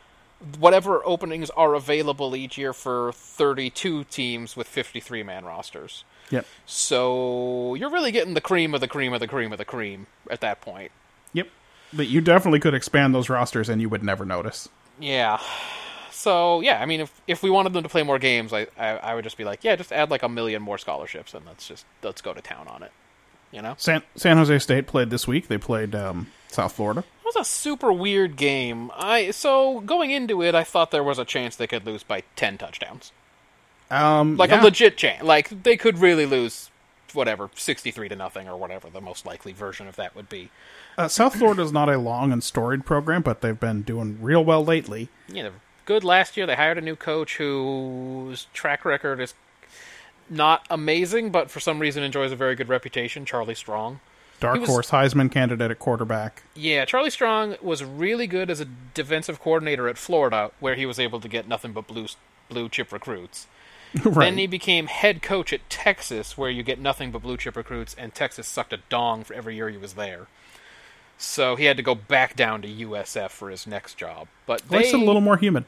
Speaker 2: whatever openings are available each year for 32 teams with 53 man rosters.
Speaker 3: yep
Speaker 2: So you're really getting the cream of the cream of the cream of the cream at that point.
Speaker 3: yep but you definitely could expand those rosters and you would never notice
Speaker 2: Yeah. So yeah, I mean, if if we wanted them to play more games, I I, I would just be like, yeah, just add like a million more scholarships, and let's just let's go to town on it. You know,
Speaker 3: san, san jose state played this week they played um, south florida
Speaker 2: it was a super weird game. I so going into it, I thought there was a chance they could lose by ten touchdowns,
Speaker 3: um,
Speaker 2: like
Speaker 3: yeah.
Speaker 2: a legit chance. Like they could really lose whatever sixty three to nothing or whatever the most likely version of that would be.
Speaker 3: uh, south florida is not a long and storied program but they've been doing real well lately
Speaker 2: yeah, they're good last year. They hired a new coach whose track record is not amazing, but for some reason enjoys a very good reputation. Charlie Strong.
Speaker 3: dark
Speaker 2: He was-
Speaker 3: horse heisman candidate at quarterback (laughs)
Speaker 2: Yeah, Charlie Strong was really good as a defensive coordinator at Florida, where he was able to get nothing but blue blue chip recruits.
Speaker 3: right
Speaker 2: Then he became head coach at Texas, where you get nothing but blue chip recruits, and Texas sucked a dong for every year he was there. So he had to go back down to USF for his next job. But
Speaker 3: He
Speaker 2: they,
Speaker 3: likes it a little more humid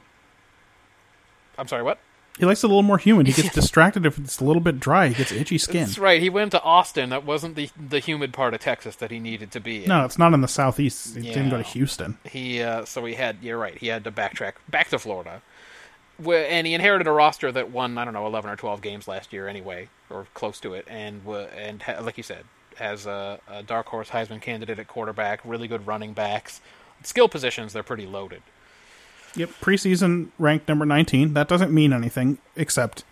Speaker 2: I'm sorry, what?
Speaker 3: He likes it a little more humid. He
Speaker 2: (laughs)
Speaker 3: gets distracted if it's a little bit dry. He gets itchy skin.
Speaker 2: That's right. He went to Austin. That wasn't the the humid part of Texas that he needed to be in.
Speaker 3: No, it's not in the southeast. He didn't go to
Speaker 2: Yeah.
Speaker 3: Houston.
Speaker 2: He uh, so he had. You're right. He had to backtrack back to Florida, where, and he inherited a roster that won I don't know 11 or 12 games last year anyway, or close to it. And wa- and ha- like you said, has a, a dark horse Heisman candidate at quarterback, really good running backs, skill positions. They're pretty loaded.
Speaker 3: Yep, preseason ranked number 19. That doesn't mean anything except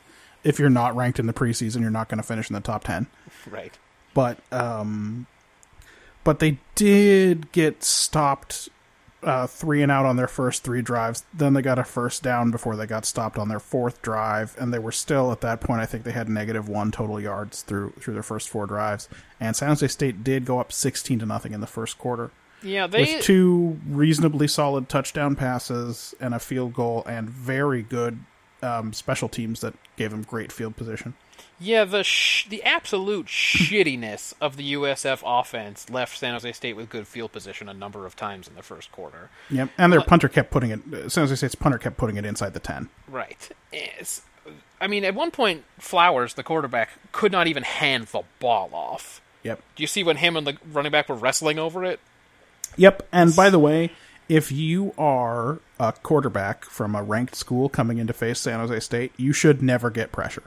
Speaker 3: if you're not ranked in the preseason, you're not going to finish in the top 10.
Speaker 2: Right.
Speaker 3: But um but they did get stopped uh, three and out on their first three drives. Then they got a first down before they got stopped on their fourth drive, and they were still at that point. I think they had negative one total yards through through their first four drives. And San Jose State did go up sixteen to nothing in the first quarter
Speaker 2: Yeah. They
Speaker 3: with two reasonably solid touchdown passes and a field goal and very good um, special teams that gave him great field position.
Speaker 2: Yeah, the sh- the absolute shittiness of the USF offense left San Jose State with good field position a number of times in the first quarter.
Speaker 3: Yep, and their punter kept putting it. uh, San Jose State's punter kept putting it inside the ten.
Speaker 2: Right. It's- I mean, at one point, Flowers, the quarterback, could not even hand the ball off.
Speaker 3: Yep,
Speaker 2: Do you see when him and the running back were wrestling over it? (laughs)
Speaker 3: yep. And by the way, if you are a quarterback from a ranked school coming in to face San Jose State, you should never get pressure.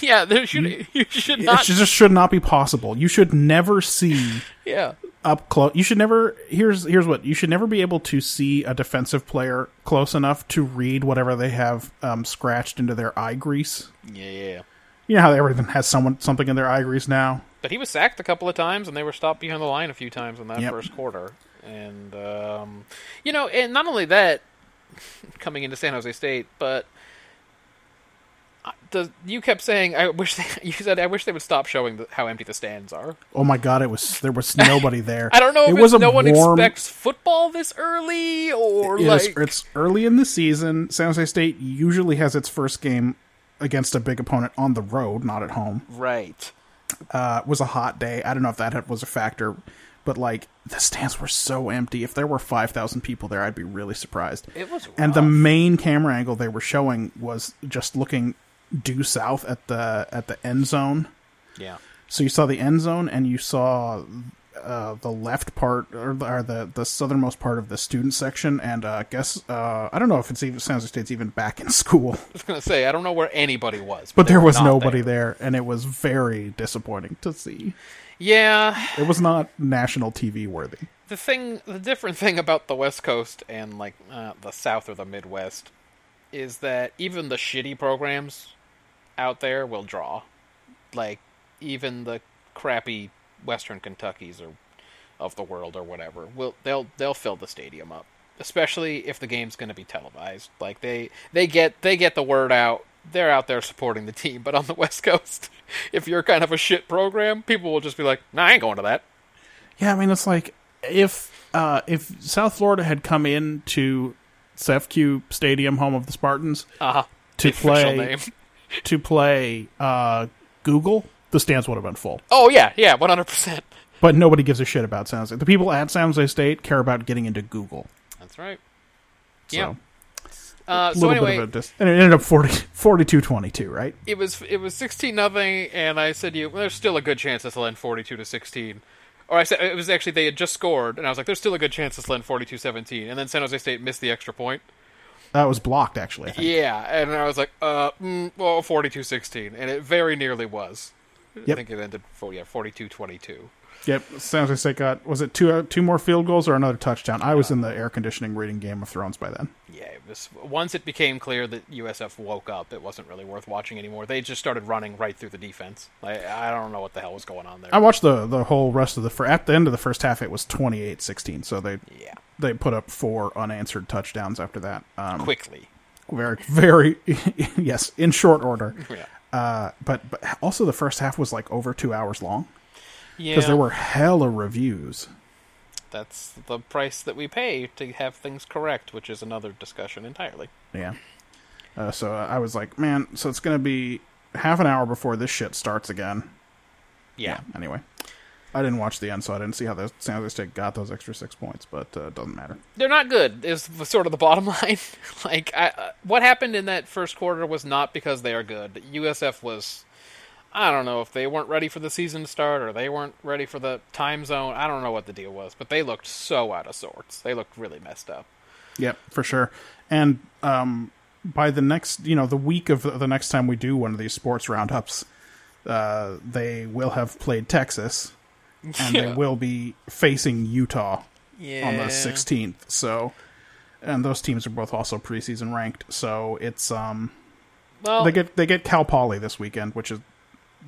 Speaker 2: Yeah, there should you should
Speaker 3: it
Speaker 2: not.
Speaker 3: just should not be possible. You should never see
Speaker 2: Yeah,
Speaker 3: up close. You should never here's here's what you should never be able to see a defensive player close enough to read whatever they have um, scratched into their eye grease.
Speaker 2: yeah, yeah.
Speaker 3: You know how everyone has someone something in their eye grease now.
Speaker 2: But he was sacked a couple of times, and they were stopped behind the line a few times in that
Speaker 3: Yep.
Speaker 2: first quarter. And um, you know, and not only that, (laughs) coming into San Jose State, but uh, the, you kept saying, "I wish they, (laughs) you said I wish they would stop showing the, how empty the stands are."
Speaker 3: Oh my god! It was there was nobody there.
Speaker 2: (laughs) I don't know if
Speaker 3: It
Speaker 2: it's
Speaker 3: was a
Speaker 2: no one
Speaker 3: warm-
Speaker 2: expects football this early, or
Speaker 3: It is-
Speaker 2: like
Speaker 3: it's early in the season. San Jose State usually has its first game against a big opponent on the road, not at home.
Speaker 2: right.
Speaker 3: uh, was a hot day. I don't know if that had- was a factor, but like the stands were so empty. If there were five thousand people there, I'd be really surprised.
Speaker 2: It was
Speaker 3: and the
Speaker 2: rough.
Speaker 3: main camera angle they were showing was just looking due south at the at the end zone.
Speaker 2: Yeah,
Speaker 3: So you saw the end zone, and you saw uh, the left part or, the- or the the southernmost part of the student section. And uh, I guess uh, I don't know if it's even San Jose State's even back in (laughs) school,
Speaker 2: I was gonna say I don't know where anybody was,
Speaker 3: but
Speaker 2: they
Speaker 3: there
Speaker 2: were
Speaker 3: was
Speaker 2: not
Speaker 3: nobody
Speaker 2: there.
Speaker 3: there, and it was very disappointing to see.
Speaker 2: Yeah,
Speaker 3: It was not national TV worthy.
Speaker 2: the thing the different (laughs) thing about the west coast and like uh, the south or the midwest is that even the shitty programs out there will draw like even the crappy western kentuckys or of the world or whatever will they'll they'll fill the stadium up especially if the game's going to be televised like they they get they get the word out they're out there supporting the team (laughs) but on the west coast (laughs) if you're kind of a shit program people will just be like nah i ain't going to that
Speaker 3: Yeah, I mean it's like if uh, if South Florida had come in to CFQ Stadium, home of the Spartans,
Speaker 2: uh-huh
Speaker 3: to
Speaker 2: The official
Speaker 3: play
Speaker 2: name.
Speaker 3: to play uh, Google, the stands would have been full.
Speaker 2: Oh yeah, yeah, one hundred percent.
Speaker 3: But nobody gives a shit about San Jose. The people at San Jose State care about getting into Google.
Speaker 2: That's right.
Speaker 3: So,
Speaker 2: Yeah. Uh,
Speaker 3: a
Speaker 2: so
Speaker 3: little
Speaker 2: anyway,
Speaker 3: bit of a dis- and it ended up 40, 42-22, right?
Speaker 2: it was it was sixteen nothing, and I said to you, well, "There's still a good chance this will end forty-two to 16. Or I said it was actually they had just scored, and I was like, "There's still a good chance this will end 42-17. And then San Jose State missed the extra point.
Speaker 3: That was blocked actually. I think.
Speaker 2: Yeah, and I was like, "Uh, mm, well, 42-16. and it very nearly was. I
Speaker 3: Yep.
Speaker 2: think it ended for yeah 42-22.
Speaker 3: Yep. San Jose State got was it two uh, two more field goals or another touchdown? I was in the air conditioning reading Game of Thrones by then.
Speaker 2: Yeah, it was once it became clear that USF woke up, it wasn't really worth watching anymore. They just started running right through the defense. Like I don't know what the hell was going on there.
Speaker 3: I watched the the whole rest of the fir- at the end of the first half it was 28-16 so they
Speaker 2: yeah,
Speaker 3: they put up four unanswered touchdowns after that um
Speaker 2: quickly.
Speaker 3: very very (laughs) yes in short
Speaker 2: (laughs)
Speaker 3: order
Speaker 2: Yeah.
Speaker 3: uh but, but also the first half was like over 2 hours long
Speaker 2: Yeah.
Speaker 3: because there were hella reviews
Speaker 2: That's the price that we pay to have things correct, which is another discussion entirely.
Speaker 3: yeah uh, so I was like man so it's going to be half an hour before this shit starts again
Speaker 2: Yeah.
Speaker 3: anyway I didn't watch the end so I didn't see how the San Jose State got those extra 6 points but uh, it doesn't matter
Speaker 2: They're not good is the- sort of the (laughs) bottom line. like I, uh, what happened in that first quarter was not because they are good. USF was I don't know if they weren't ready for the season to start or they weren't ready for the time zone. I don't know what the deal was, but they looked so out of sorts. They looked really messed up.
Speaker 3: Yep, for sure. And um, by the next, you know, the week of the next time we do one of these sports roundups, uh, they will have played Texas, and
Speaker 2: (laughs)
Speaker 3: they
Speaker 2: Yeah.
Speaker 3: will be facing Utah on
Speaker 2: Yeah.
Speaker 3: the sixteenth. So, and those teams are both also preseason ranked. So it's um,
Speaker 2: Well,
Speaker 3: they get they get Cal Poly this weekend, which is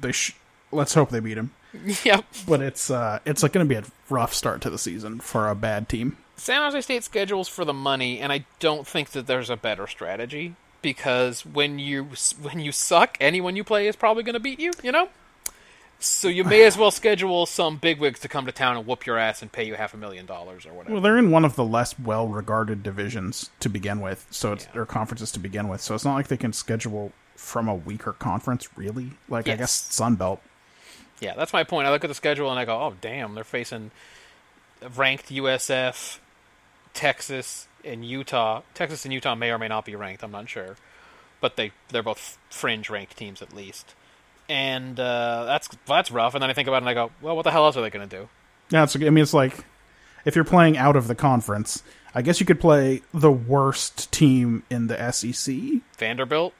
Speaker 3: they sh- let's hope they beat them.
Speaker 2: (laughs) yep.
Speaker 3: But it's uh, it's like going to be a rough start to the season for a bad team.
Speaker 2: San Jose State schedules for the money, and I don't think that there's a better strategy because when you when you suck, anyone you play is probably going to beat you. You know, So you may as well schedule some bigwigs to come to town and whoop your ass and pay you half a million dollars or whatever.
Speaker 3: Well, they're in one of the less well-regarded divisions to begin with, so it's
Speaker 2: Yeah.
Speaker 3: their conferences to begin with. So it's not like they can schedule from a weaker conference, really. Like I
Speaker 2: Yes.
Speaker 3: guess Sunbelt.
Speaker 2: yeah, that's my point. I look at the schedule and I go, oh damn, they're facing ranked USF, Texas, and Utah. Texas and Utah may or may not be ranked. I'm not sure, but they they're both fringe ranked teams at least. And uh, that's that's rough. And then I think about it and I go, well, what the hell else are they going to do?
Speaker 3: Yeah, it's. I mean, it's like if you're playing out of the conference, I guess you could play the worst team in the SEC.
Speaker 2: Vanderbilt.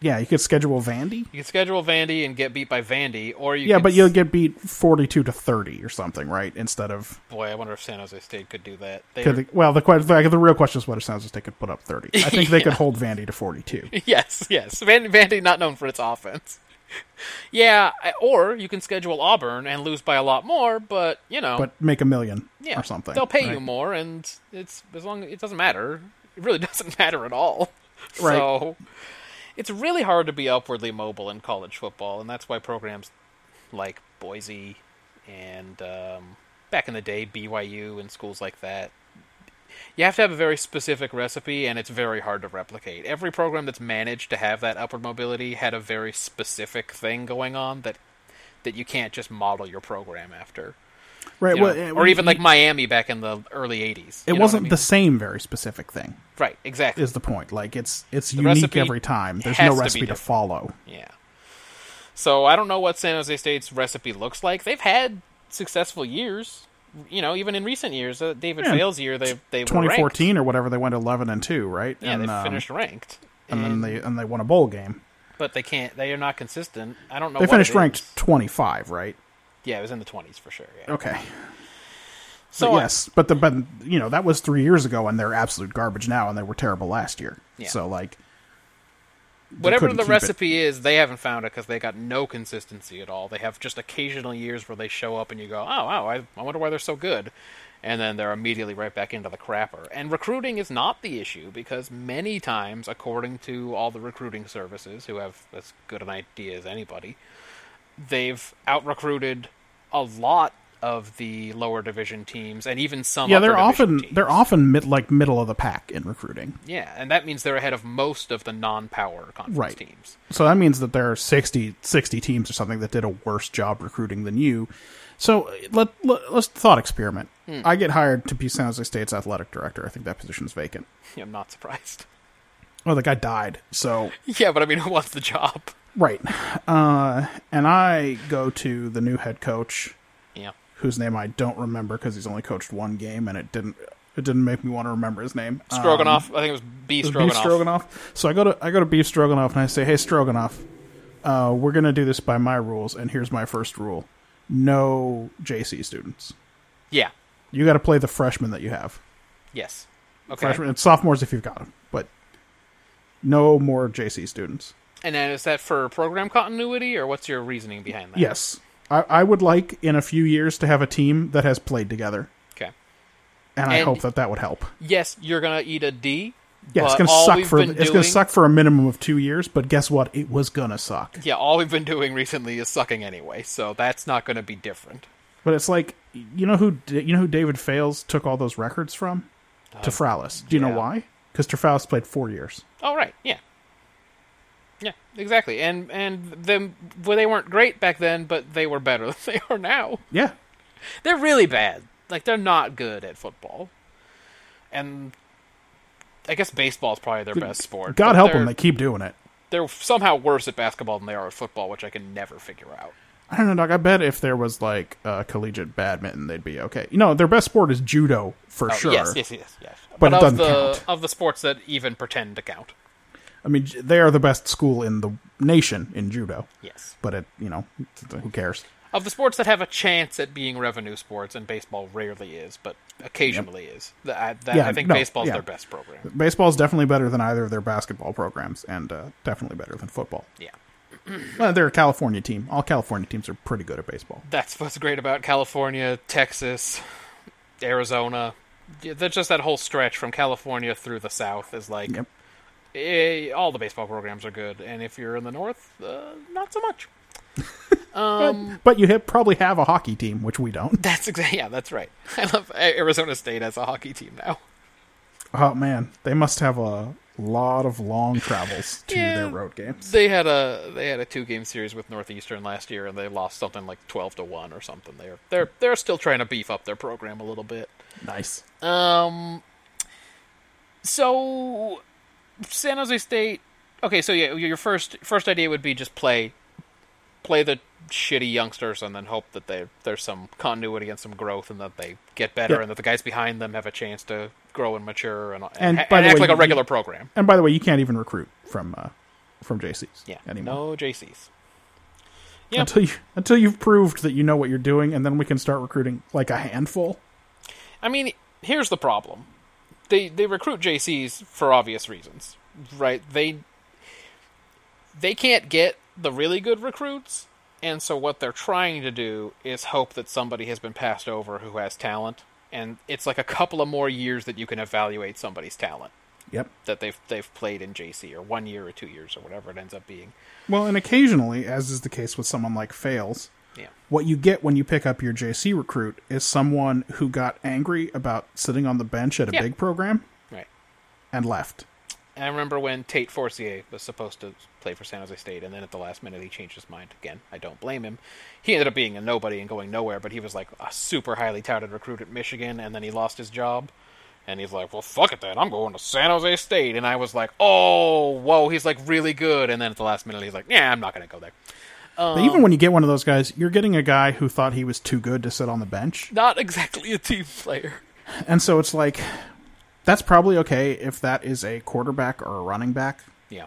Speaker 3: Yeah, you could schedule Vandy.
Speaker 2: You can schedule Vandy and get beat by Vandy, or you
Speaker 3: yeah,
Speaker 2: can
Speaker 3: but you'll
Speaker 2: s-
Speaker 3: get beat forty-two to thirty or something, right? Instead of
Speaker 2: boy, I wonder if San Jose State could do that. They
Speaker 3: could they- well, the que- like, the real question is whether San Jose State could put up thirty. I think
Speaker 2: (laughs)
Speaker 3: they could hold Vandy to forty-two.
Speaker 2: Yes, yes. Van- Vandy not known for its offense. (laughs) yeah, I- or you can schedule Auburn and lose by a lot more, but you know,
Speaker 3: but make a million
Speaker 2: yeah,
Speaker 3: or something.
Speaker 2: They'll pay
Speaker 3: right?
Speaker 2: you more, and it's as long it doesn't matter. It really (laughs) doesn't matter at all.
Speaker 3: Right.
Speaker 2: So it's really hard to be upwardly mobile in college football, and that's why programs like Boise and um, back in the day BYU and schools like that. You have to have a very specific recipe, and it's very hard to replicate. Every program that's managed to have that upward mobility had a very specific thing going on that that you can't just model your program after.
Speaker 3: Right.
Speaker 2: You know,
Speaker 3: Well, it-
Speaker 2: or even like Miami back in the early '80s.
Speaker 3: it
Speaker 2: You know what I
Speaker 3: wasn't
Speaker 2: mean?
Speaker 3: the same very specific thing.
Speaker 2: right, exactly.
Speaker 3: Is the point? Like it's it's unique
Speaker 2: recipe
Speaker 3: every time. There's
Speaker 2: has
Speaker 3: no
Speaker 2: to be
Speaker 3: recipe to,
Speaker 2: different.
Speaker 3: follow.
Speaker 2: Yeah. So I don't know what San Jose State's recipe looks like. They've had successful years, you know, even in recent years. Uh, David
Speaker 3: Yeah.
Speaker 2: Fails year, they they were ranked.
Speaker 3: 2014 or whatever, they went 11 and two, right?
Speaker 2: Yeah,
Speaker 3: and,
Speaker 2: they
Speaker 3: um,
Speaker 2: finished ranked,
Speaker 3: and then they and they won a bowl game.
Speaker 2: but they can't. They are not consistent. I don't know.
Speaker 3: They
Speaker 2: Oh, what
Speaker 3: finished
Speaker 2: it is.
Speaker 3: ranked 25, right?
Speaker 2: Yeah, it was in the 20s for sure. Yeah.
Speaker 3: Okay.
Speaker 2: So uh,
Speaker 3: but
Speaker 2: I-
Speaker 3: yes, but the but you know that was three years ago, and they're absolute garbage now, and they were terrible last year.
Speaker 2: Yeah.
Speaker 3: So like,
Speaker 2: whatever
Speaker 3: couldn't
Speaker 2: the
Speaker 3: keep it.
Speaker 2: recipe is, they haven't found it because they got no consistency at all. They have just occasional years where they show up and you go, oh, wow, I, I wonder why they're so good. And then they're immediately right back into the crapper. And recruiting is not the issue because many times, according to all the recruiting services who have as good an idea as anybody, they've out recruited a lot of the lower division teams and even some
Speaker 3: yeah,
Speaker 2: upper
Speaker 3: they're
Speaker 2: division
Speaker 3: often
Speaker 2: teams.
Speaker 3: they're often mid like middle of the pack in recruiting.
Speaker 2: yeah and that means they're ahead of most of the non-power conference
Speaker 3: Right.
Speaker 2: teams (laughs)
Speaker 3: So that means that there are 60, 60 teams or something that did a worse job recruiting than you. So let, let let's thought experiment.
Speaker 2: Hmm.
Speaker 3: I get hired to be San Jose State's athletic director. I think that position's vacant.
Speaker 2: i'm not surprised
Speaker 3: Oh, the guy died. So
Speaker 2: (laughs) Yeah, but I mean, who wants the job?
Speaker 3: right, uh, and I go to the new head coach,
Speaker 2: Yeah.
Speaker 3: whose name I don't remember because he's only coached one game, and it didn't it didn't make me want to remember his name. Um,
Speaker 2: Stroganoff. I think it was B.
Speaker 3: It
Speaker 2: Stroganoff.
Speaker 3: was Beef Stroganoff. So I go to I go to Beef Stroganoff and I say, "Hey, Stroganoff, uh, we're gonna do this by my rules, and here's my first rule: no JC students.
Speaker 2: Yeah.
Speaker 3: You got to play the freshmen that you have,
Speaker 2: Yes. Okay.
Speaker 3: freshmen and sophomores if you've got them, but no more JC students.
Speaker 2: And then is that for program continuity, or what's your reasoning behind that?
Speaker 3: Yes, I, I would like in a few years to have a team that has played together,
Speaker 2: Okay.
Speaker 3: and, I
Speaker 2: And-
Speaker 3: hope that that would help.
Speaker 2: Yes, you're gonna eat a D.
Speaker 3: Yeah, it's
Speaker 2: but
Speaker 3: gonna
Speaker 2: all
Speaker 3: suck
Speaker 2: we've
Speaker 3: for
Speaker 2: been
Speaker 3: it's
Speaker 2: doing,
Speaker 3: gonna suck for a minimum of two years, but guess what? It was gonna suck.
Speaker 2: Yeah, all we've been doing recently is sucking anyway, so that's not gonna be different.
Speaker 3: But it's like you know who you know who David Fales took all those records from? Tefralis. Do you
Speaker 2: Uh, yeah.
Speaker 3: know why? Because Tefralis played four years.
Speaker 2: Oh right, yeah, yeah, exactly. And and them well, they weren't great back then, but they were better (laughs) than they are now.
Speaker 3: Yeah,
Speaker 2: They're really bad. Like they're not good at football. And I guess baseball's probably their best sport.
Speaker 3: God
Speaker 2: but
Speaker 3: help
Speaker 2: they're,
Speaker 3: them. They keep doing it.
Speaker 2: They're somehow worse at basketball than they are at football, which I can never figure out.
Speaker 3: I don't know, Doc. I bet if there was like uh, collegiate badminton, they'd be okay. You know, their best sport is judo for
Speaker 2: Oh,
Speaker 3: sure.
Speaker 2: Yes, yes, yes, yes.
Speaker 3: But it
Speaker 2: of
Speaker 3: doesn't
Speaker 2: the
Speaker 3: count.
Speaker 2: of the sports that even pretend to count.
Speaker 3: I mean, j- they are the best school in the nation in judo.
Speaker 2: Yes.
Speaker 3: But it, you know, t- who cares?
Speaker 2: Of the sports that have a chance at being revenue sports, and baseball rarely is, but occasionally is. Th- I, that,
Speaker 3: Yeah,
Speaker 2: I think
Speaker 3: no,
Speaker 2: baseball's
Speaker 3: yeah.
Speaker 2: their best program.
Speaker 3: Baseball is definitely better than either of their basketball programs, and uh, definitely better than football.
Speaker 2: Yeah.
Speaker 3: Well, they're a California team. All California teams are pretty good at baseball.
Speaker 2: that's what's great about California, Texas, Arizona. Yeah, That's just that whole stretch from California through the South is like
Speaker 3: Yep.
Speaker 2: eh, all the baseball programs are good, and if you're in the North, uh, not so much.
Speaker 3: Um, but, but you have, probably have a hockey team, which we don't.
Speaker 2: (laughs) That's exactly yeah. That's right. I love Arizona State has a hockey team now.
Speaker 3: Oh man, they must have a lot of long travels to
Speaker 2: Yeah.
Speaker 3: their road games.
Speaker 2: They had a they had a two game series with Northeastern last year, and they lost something like twelve to one or something. They're they're they're still trying to beef up their program a little bit.
Speaker 3: Nice.
Speaker 2: Um. So, San Jose State. Okay, so yeah, your first first idea would be just play, play the shitty youngsters, and then hope that they there's some continuity and some growth, and that they get better,
Speaker 3: Yeah.
Speaker 2: and that the guys behind them have a chance to grow and mature, and
Speaker 3: And
Speaker 2: and,
Speaker 3: by the
Speaker 2: act
Speaker 3: way,
Speaker 2: like a
Speaker 3: you-
Speaker 2: regular program.
Speaker 3: And by the way, you can't even recruit from uh, from JCs.
Speaker 2: Yeah,
Speaker 3: anymore.
Speaker 2: no JCs. Yeah.
Speaker 3: Until you until you've proved that you know what you're doing, and then we can start recruiting like a handful.
Speaker 2: I mean, here's the problem. They they recruit JCs for obvious reasons, right? They they can't get the really good recruits, and so what they're trying to do is hope that somebody has been passed over who has talent, and it's like a couple of more years that you can evaluate somebody's talent
Speaker 3: Yep.
Speaker 2: that they've they've played in JC or one year or two years or whatever it ends up being.
Speaker 3: Well, and occasionally, as is the case with someone like Fails,
Speaker 2: Yeah.
Speaker 3: what you get when you pick up your JC recruit is someone who got angry about sitting on the bench at a
Speaker 2: Yeah.
Speaker 3: big program
Speaker 2: Right.
Speaker 3: and left.
Speaker 2: And I remember when Tate Forcier was supposed to play for San Jose State, and then at the last minute he changed his mind again. I don't blame him. He ended up being a nobody and going nowhere, but he was like a super highly touted recruit at Michigan, and then he lost his job. And he's like, well, fuck it then. I'm going to San Jose State. And I was like, oh, whoa, he's like really good. And then at the last minute, he's like, yeah, I'm not going to go there. Um,
Speaker 3: But even when you get one of those guys, you're getting a guy who thought he was too good to sit on the bench.
Speaker 2: Not exactly a team player.
Speaker 3: And so it's like, that's probably okay if that is a quarterback or a running back.
Speaker 2: Yeah.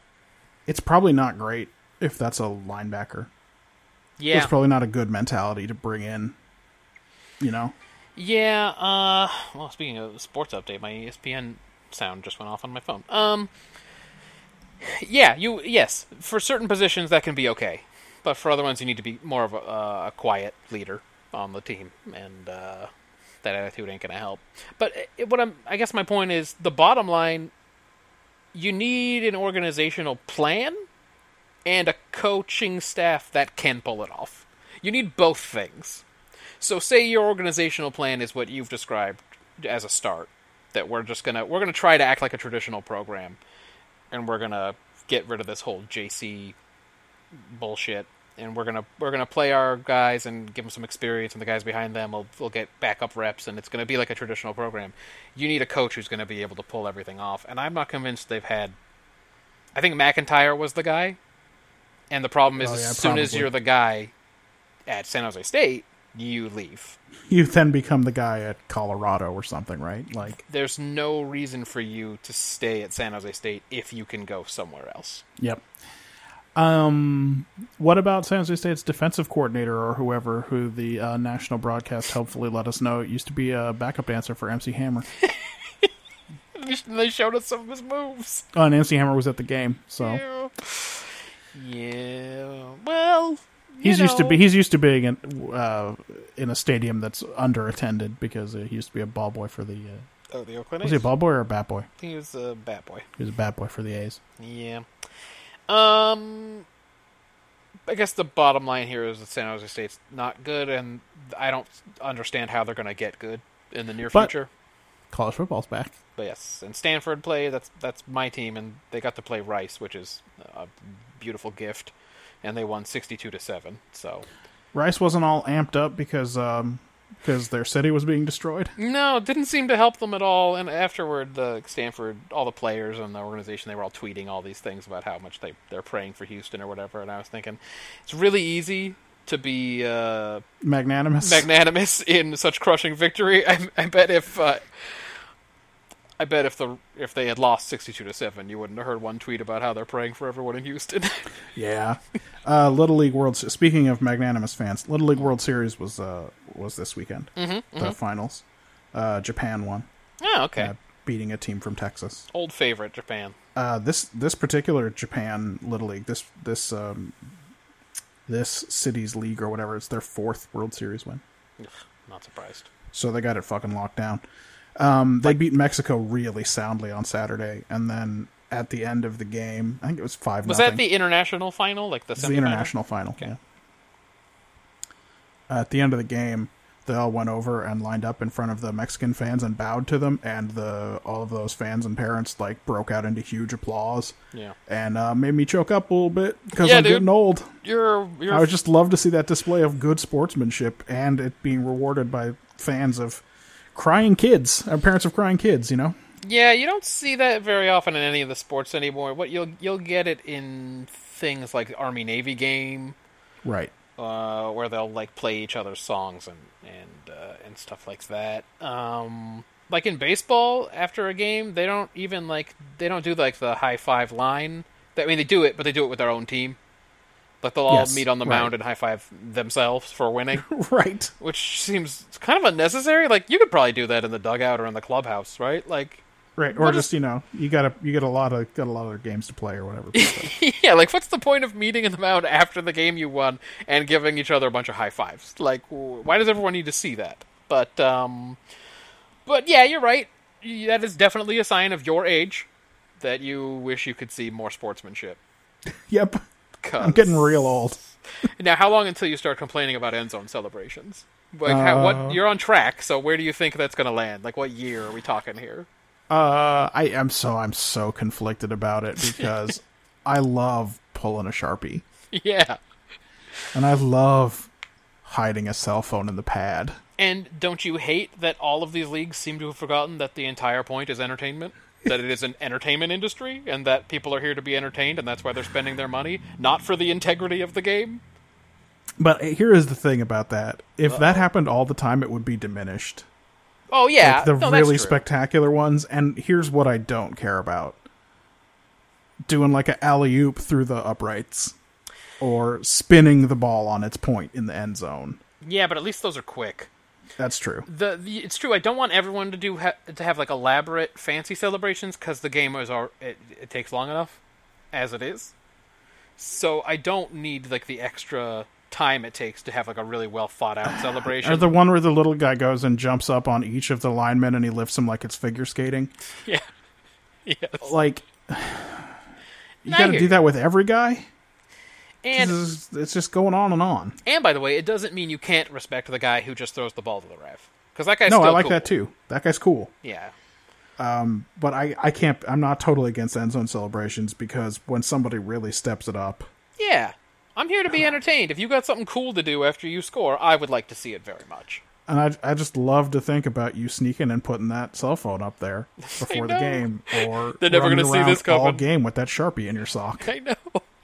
Speaker 3: It's probably not great if that's a linebacker.
Speaker 2: Yeah.
Speaker 3: It's probably not a good mentality to bring in, you know?
Speaker 2: Yeah, uh well speaking of sports update, my E ESPN sound just went off on my phone. Um Yeah, you yes, for certain positions that can be okay. But for other ones you need to be more of a, uh, a quiet leader on the team and uh that attitude ain't going to help. But it, what I'm I guess my point is the bottom line you need an organizational plan and a coaching staff that can pull it off. You need both things. So say your organizational plan is what you've described as a start that we're just going to we're going to try to act like a traditional program and we're going to get rid of this whole JC bullshit and we're going to we're going to play our guys and give them some experience and the guys behind them will will get backup reps and it's going to be like a traditional program. You need a coach who's going to be able to pull everything off and I'm not convinced they've had I think McIntyre was the guy and the problem is
Speaker 3: Oh,
Speaker 2: as
Speaker 3: yeah,
Speaker 2: soon as
Speaker 3: probably.
Speaker 2: you're the guy at San Jose State, you leave.
Speaker 3: You then become the guy at Colorado or something, right? Like,
Speaker 2: There's no reason for you to stay at San Jose State if you can go somewhere else.
Speaker 3: Yep. Um, what about San Jose State's defensive coordinator or whoever who the uh, national broadcast helpfully let us know used to be a backup dancer for
Speaker 2: (laughs)
Speaker 3: MC Hammer?
Speaker 2: They showed us some of his moves.
Speaker 3: oh, and MC Hammer was at the game, so
Speaker 2: Yeah. Yeah. Well, you
Speaker 3: he's used to
Speaker 2: know.
Speaker 3: be he's used to being in uh, in a stadium that's underattended because uh, he used to be a ball boy for the uh,
Speaker 2: Oh, the Oakland
Speaker 3: was he a
Speaker 2: A's?
Speaker 3: ball boy or a bat boy?
Speaker 2: He was a bat boy.
Speaker 3: He was a bat boy for the A's.
Speaker 2: Yeah. Um. I guess the bottom line here is that San Jose State's not good, and I don't understand how they're going to get good in the near
Speaker 3: But-
Speaker 2: future.
Speaker 3: College football's back.
Speaker 2: But yes, and Stanford play. That's that's my team, and they got to play Rice, which is a beautiful gift, and they won sixty-two to seven. So
Speaker 3: Rice wasn't all amped up because um because their city was being destroyed.
Speaker 2: no, it didn't seem to help them at all. And afterward, the Stanford, all the players and the organization, they were all tweeting all these things about how much they they're praying for Houston or whatever. And I was thinking, it's really easy to be uh,
Speaker 3: Magnanimous.
Speaker 2: magnanimous in such crushing victory. I, I bet if uh, I bet if the if they had lost sixty two to seven, you wouldn't have heard one tweet about how they're praying for everyone in Houston.
Speaker 3: (laughs)
Speaker 2: (laughs)
Speaker 3: Yeah. Uh, Little League World. Se- Speaking of magnanimous fans, Little League World Series was uh, was this weekend. Mm-hmm, the finals. Uh, Japan won,
Speaker 2: oh, okay.
Speaker 3: uh, beating a team from Texas.
Speaker 2: Old favorite, Japan.
Speaker 3: Uh, this this particular Japan Little League, this this um, this city's league or whatever, it's their fourth World Series win.
Speaker 2: Ugh, not surprised.
Speaker 3: So they got it fucking locked down. Um, they beat Mexico really soundly on Saturday, and then at the end of the game, I think it was five.
Speaker 2: Was that the international final, like the
Speaker 3: the
Speaker 2: semifinal?
Speaker 3: international final? Yeah. at the end of the game, they all went over and lined up in front of the Mexican fans and bowed to them, and the all of those fans and parents like broke out into huge applause.
Speaker 2: Yeah.
Speaker 3: and uh, made me choke up a little bit because
Speaker 2: Yeah,
Speaker 3: I'm
Speaker 2: dude.
Speaker 3: getting old.
Speaker 2: You're you're
Speaker 3: I would just love to see that display of good sportsmanship and it being rewarded by fans of crying kids, or parents of crying kids. You know,
Speaker 2: Yeah, you don't see that very often in any of the sports anymore. What you'll you'll get it in things like Army Navy game,
Speaker 3: right?
Speaker 2: uh, where they'll like play each other's songs and and uh, and stuff like that. Um, like in baseball, after a game, they don't even like they don't do like the high five line. I mean, they do it, but they do it with their own team. Like they'll all
Speaker 3: Yes,
Speaker 2: meet on the
Speaker 3: right.
Speaker 2: mound and high five themselves for winning,
Speaker 3: (laughs)
Speaker 2: (laughs)
Speaker 3: Right.
Speaker 2: which seems kind of unnecessary. Like you could probably do that in the dugout or in the clubhouse, right? Like
Speaker 3: Right, or
Speaker 2: What
Speaker 3: just you know, you got a you got a lot of got a lot of other games to play or whatever. (laughs)
Speaker 2: (laughs) yeah, like what's the point of meeting in the mound after the game you won and giving each other a bunch of high fives? Like, w- why does everyone need to see that? But, um, but yeah, you're right. Y- That is definitely a sign of your age that you wish you could see more sportsmanship.
Speaker 3: yep,
Speaker 2: 'Cause-
Speaker 3: I'm getting real old.
Speaker 2: now, how long until you start complaining about end zone celebrations? Like, how,
Speaker 3: Uh,
Speaker 2: what you're on track. So, where do you think that's going to land? Like, what year are we talking here? (laughs)
Speaker 3: Uh, I am so I'm so conflicted about it (laughs) because I love pulling a sharpie
Speaker 2: yeah.
Speaker 3: and I love hiding a cell phone in the pad.
Speaker 2: And don't you hate that all of these leagues seem to have forgotten that the entire point is entertainment? that it is an entertainment industry and that people are here to be entertained and that's why they're spending their money, not for the integrity of the game?
Speaker 3: But here is the thing about that: if that happened all the time, it would be diminished.
Speaker 2: Oh, yeah.
Speaker 3: like the
Speaker 2: no,
Speaker 3: really
Speaker 2: that's true.
Speaker 3: spectacular ones. And here's what I don't care about: doing like an alley oop through the uprights, or spinning the ball on its point in the end zone.
Speaker 2: Yeah, but at least those are quick.
Speaker 3: That's true.
Speaker 2: The, the It's true, I don't want everyone to do ha- to have like elaborate, fancy celebrations because the game is al- it, it takes long enough as it is. So I don't need like the extra time it takes to have like a really well thought
Speaker 3: (sighs)
Speaker 2: out celebration.
Speaker 3: Or the one where the little guy goes and jumps up on each of the linemen and he lifts him like it's figure skating.
Speaker 2: Yeah. (laughs) Yes.
Speaker 3: Like you
Speaker 2: I
Speaker 3: got to
Speaker 2: hear
Speaker 3: do
Speaker 2: you.
Speaker 3: that with every guy.
Speaker 2: And
Speaker 3: This is- it's just going on and on.
Speaker 2: And by the way, it doesn't mean you can't respect the guy who just throws the ball to the ref. Because that guy's
Speaker 3: No,
Speaker 2: still
Speaker 3: I like
Speaker 2: cool.
Speaker 3: that too. That guy's cool.
Speaker 2: Yeah,
Speaker 3: but I, I can't I'm not totally against end zone celebrations because when somebody really steps it up,
Speaker 2: yeah. I'm here to be entertained. If you got something cool to do after you score, I would like to see it very much. (laughs)
Speaker 3: and I I just love to think about you sneaking and putting that cell phone
Speaker 2: (laughs)
Speaker 3: up there before the
Speaker 2: know.
Speaker 3: game or
Speaker 2: (laughs) They're never
Speaker 3: running
Speaker 2: gonna see
Speaker 3: around
Speaker 2: this
Speaker 3: all
Speaker 2: coming.
Speaker 3: game with that sharpie in your sock.
Speaker 2: I know.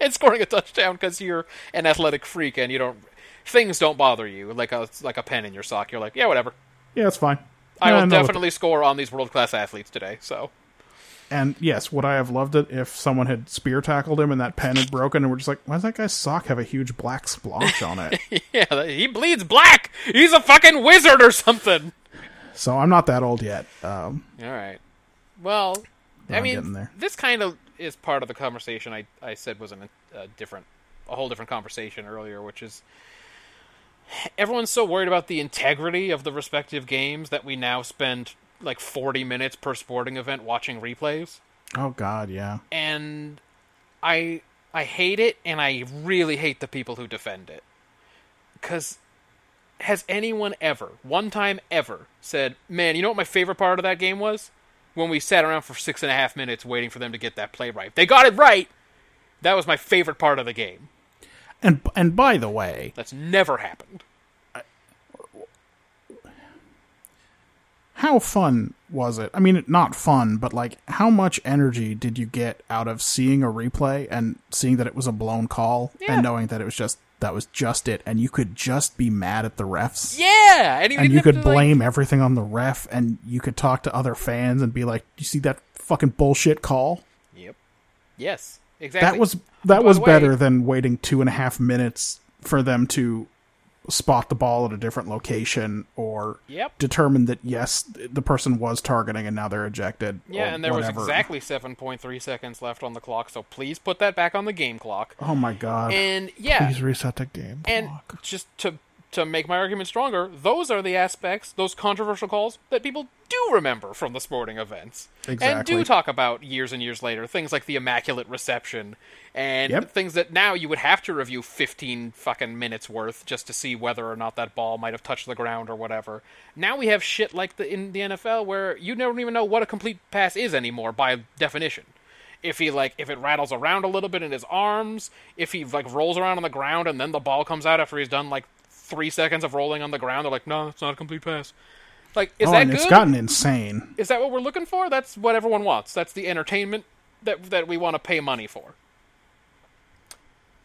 Speaker 2: And scoring a touchdown because you're an athletic freak and you don't things don't bother you like a like a pen in your sock. You're like, yeah, whatever.
Speaker 3: Yeah, it's fine.
Speaker 2: I
Speaker 3: Yeah,
Speaker 2: will
Speaker 3: know what
Speaker 2: definitely score on these world class athletes today. So (laughs)
Speaker 3: the- and yes, would I have loved it if someone had spear tackled him and that pen had broken and we're just like, why does that guy's sock have a huge black splotch on
Speaker 2: (laughs)
Speaker 3: it?
Speaker 2: yeah, he bleeds black. He's a fucking wizard or something.
Speaker 3: so I'm not that old yet. Um,
Speaker 2: All right. Well, I
Speaker 3: Oh, I'm getting
Speaker 2: mean,
Speaker 3: there.
Speaker 2: this kind of is part of the conversation I, I said was an, a different, a whole different conversation earlier, which is everyone's so worried about the integrity of the respective games that we now spend like 40 minutes per sporting event watching replays.
Speaker 3: oh God, yeah.
Speaker 2: And I I hate it and I really hate the people who defend it. Cuz has anyone ever, one time ever, said, "Man, you know what my favorite part of that game was? When we sat around for six and a half minutes waiting for them to get that play right. They got it right. That was my favorite part of the game."
Speaker 3: And and by the way,
Speaker 2: That's never happened.
Speaker 3: how fun was it? I mean, not fun, but like, how much energy did you get out of seeing a replay and seeing that it was a blown call
Speaker 2: Yeah.
Speaker 3: and knowing that it was just that was just it, and you could just be mad at the refs
Speaker 2: Yeah, and,
Speaker 3: and
Speaker 2: didn't
Speaker 3: you
Speaker 2: have
Speaker 3: could
Speaker 2: to, like-
Speaker 3: blame everything on the ref, and you could talk to other fans and be like, "You see that fucking bullshit call?"
Speaker 2: Yep. Yes. Exactly.
Speaker 3: That was
Speaker 2: By
Speaker 3: that was
Speaker 2: the way-
Speaker 3: better than waiting two and a half minutes for them to spot the ball at a different location or
Speaker 2: Yep.
Speaker 3: determine that yes the person was targeting and now they're ejected.
Speaker 2: Yeah,
Speaker 3: or
Speaker 2: and there
Speaker 3: whatever.
Speaker 2: was exactly 7.3 seconds left on the clock, so please put that back on the game clock.
Speaker 3: Oh my god!
Speaker 2: And yeah,
Speaker 3: Please reset the game.
Speaker 2: and
Speaker 3: clock.
Speaker 2: just to to make my argument stronger, those are the aspects, those controversial calls that people do remember from the sporting events. And
Speaker 4: Exactly.
Speaker 2: do talk about years and years later. Things like the Immaculate Reception and
Speaker 4: Yep.
Speaker 2: things that now you would have to review 15 fucking minutes worth just to see whether or not that ball might have touched the ground or whatever. Now we have shit like the in the NFL where you don't even know what a complete pass is anymore by definition. If he like if it rattles around a little bit in his arms, if he like rolls around on the ground and then the ball comes out after he's done like 3 seconds of rolling on the ground, they're like, "No, it's not a complete pass." Like is
Speaker 3: oh,
Speaker 2: that
Speaker 3: and
Speaker 2: good?
Speaker 3: it's gotten insane.
Speaker 2: Is that what we're looking for? That's what everyone wants. That's the entertainment that that we want to pay money for.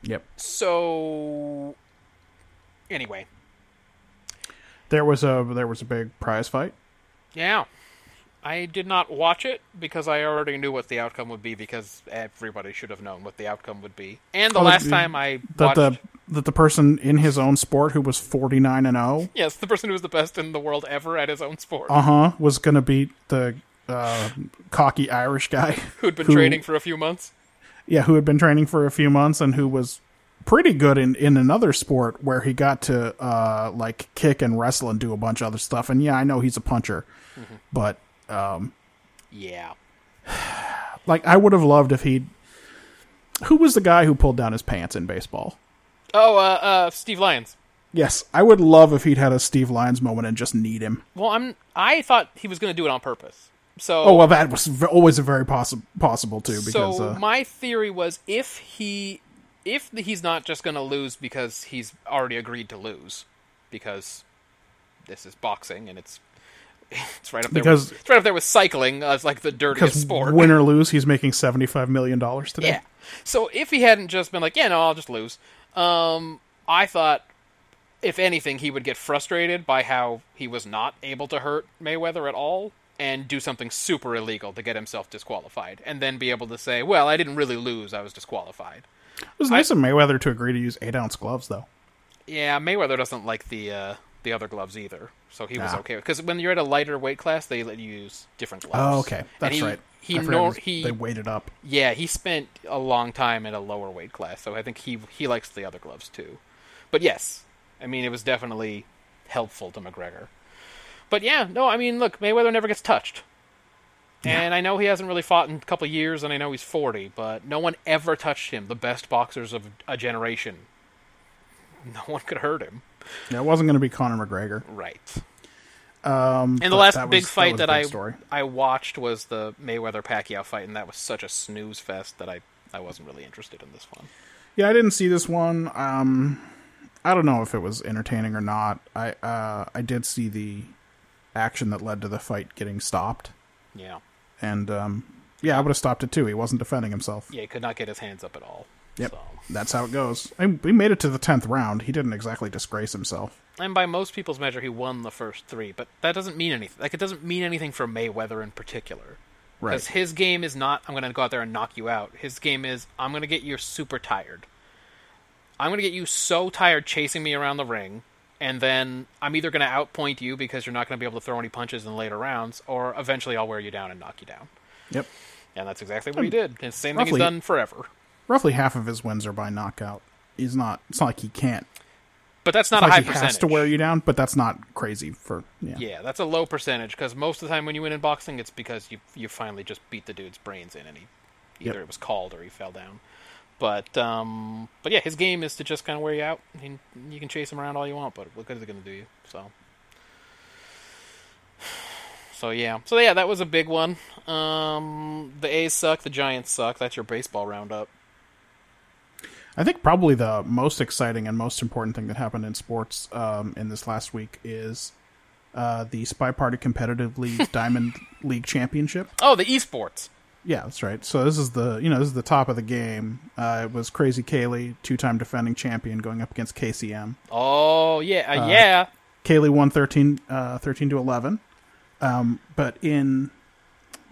Speaker 3: Yep.
Speaker 2: So anyway,
Speaker 3: There was a there was a big prize fight.
Speaker 2: yeah. I did not watch it because I already knew what the outcome would be because everybody should have known what the outcome would be. And the
Speaker 3: Oh,
Speaker 2: last
Speaker 3: the-
Speaker 2: time I
Speaker 3: that uh,
Speaker 2: watched
Speaker 3: the that the person in his own sport who was 49 and oh, 0
Speaker 2: Yes, the person who was the best in the world ever at his own sport,
Speaker 3: uh-huh was going to beat the uh, cocky Irish guy
Speaker 2: (laughs) who'd been
Speaker 3: who-
Speaker 2: training for a few months.
Speaker 3: yeah who had been training for a few months and who was pretty good in in another sport where he got to uh like kick and wrestle and do a bunch of other stuff and yeah I know he's a puncher but
Speaker 2: Yeah.
Speaker 3: like I would have loved if he who was the guy who pulled down his pants in baseball
Speaker 2: Oh, uh, uh, Steve Lyons.
Speaker 3: yes I would love if he'd had a Steve Lyons moment and just need him
Speaker 2: Well, I'm. I thought he was going to do it on purpose. So
Speaker 3: oh well that was v- always a very possible possible too because
Speaker 2: so
Speaker 3: uh,
Speaker 2: my theory was if he if he's not just going to lose because he's already agreed to lose because this is boxing and it's (laughs) it's right up there
Speaker 3: Because-
Speaker 2: with, it's right up there with cycling as like the dirtiest
Speaker 3: Because
Speaker 2: sport.
Speaker 3: win or lose, he's making seventy-five million dollars today.
Speaker 2: Yeah. (laughs) So if he hadn't just been like, yeah, no, I'll just lose, um, I thought, if anything, he would get frustrated by how he was not able to hurt Mayweather at all and do something super illegal to get himself disqualified and then be able to say, well, I didn't really lose, I was disqualified.
Speaker 3: It was nice of Mayweather to agree to use eight-ounce gloves, though.
Speaker 2: Yeah, Mayweather doesn't like the uh, the other gloves either, so he was
Speaker 3: Nah.
Speaker 2: okay because when you're at a lighter weight class, they let you use different gloves.
Speaker 3: Oh, okay,
Speaker 2: And
Speaker 3: that's
Speaker 2: he-
Speaker 3: right.
Speaker 2: He
Speaker 3: I forgot
Speaker 2: nor-
Speaker 3: it was-
Speaker 2: he
Speaker 3: they waited up.
Speaker 2: Yeah, he spent a long time in a lower weight class, so I think he he likes the other gloves too. But yes, I mean it was definitely helpful to McGregor. But yeah, no, I mean look, Mayweather never gets touched. And I know he hasn't really fought in a couple years and I know he's 40, but no one ever touched him, the best boxers of a generation. No one could hurt him.
Speaker 3: Yeah, it wasn't going to be Conor McGregor.
Speaker 2: Right.
Speaker 3: Um,
Speaker 2: And
Speaker 3: but
Speaker 2: the last
Speaker 3: that was-
Speaker 2: big
Speaker 3: that
Speaker 2: fight
Speaker 3: was
Speaker 2: that,
Speaker 3: a big
Speaker 2: I
Speaker 3: story.
Speaker 2: I watched was the Mayweather Pacquiao fight, and that was such a snooze fest that I, I wasn't really interested in this one.
Speaker 3: Yeah, I didn't see this one. Um, I don't know if it was entertaining or not. I uh, I did see the action that led to the fight getting stopped,
Speaker 2: Yeah,
Speaker 3: and um, yeah, I would have stopped it too. He wasn't defending himself.
Speaker 2: yeah, he could not get his hands up at all.
Speaker 3: Yep,
Speaker 2: So.
Speaker 3: that's how it goes. And we made it to the tenth round. He didn't exactly disgrace himself.
Speaker 2: And by most people's measure, he won the first three, but that doesn't mean anything. Like it doesn't mean anything for Mayweather in particular,
Speaker 3: Right.
Speaker 2: Because his game is not I'm going to go out there and knock you out. His game is I'm going to get you super tired. I'm going to get you so tired chasing me around the ring, and then I'm either going to outpoint you because you're not going to be able to throw any punches in later rounds, or eventually I'll wear you down and knock you down.
Speaker 3: Yep.
Speaker 2: And that's exactly what he did. It's the same thing
Speaker 3: Roughly-
Speaker 2: he's done forever.
Speaker 3: roughly half of his wins are by knockout. He's not. It's not like he can't.
Speaker 2: But that's not
Speaker 3: Like
Speaker 2: a high
Speaker 3: he
Speaker 2: percentage.
Speaker 3: has to wear you down, but that's not crazy for yeah.
Speaker 2: Yeah, that's a low percentage because most of the time when you win in boxing, it's because you you finally just beat the dude's brains in, and he either
Speaker 3: Yep.
Speaker 2: it was called or he fell down. But um, but yeah, his game is to just kind of wear you out. I mean, you can chase him around all you want, but what good is it going to do you? So. (sighs) So yeah, so yeah, that was a big one. Um, the A's suck, the Giants suck. That's your baseball roundup.
Speaker 3: I think probably the most exciting and most important thing that happened in sports um, in this last week is uh, the Spy Party Competitive League Diamond League Championship.
Speaker 2: Oh, the esports.
Speaker 3: Yeah, that's right. So this is the you know this is the top of the game. Uh, it was Crazy Kaylee, two-time defending champion, going up against KCM.
Speaker 2: Oh yeah, uh, yeah. (laughs)
Speaker 3: Kaylee won 13, uh, 13 to 11. Um, but in,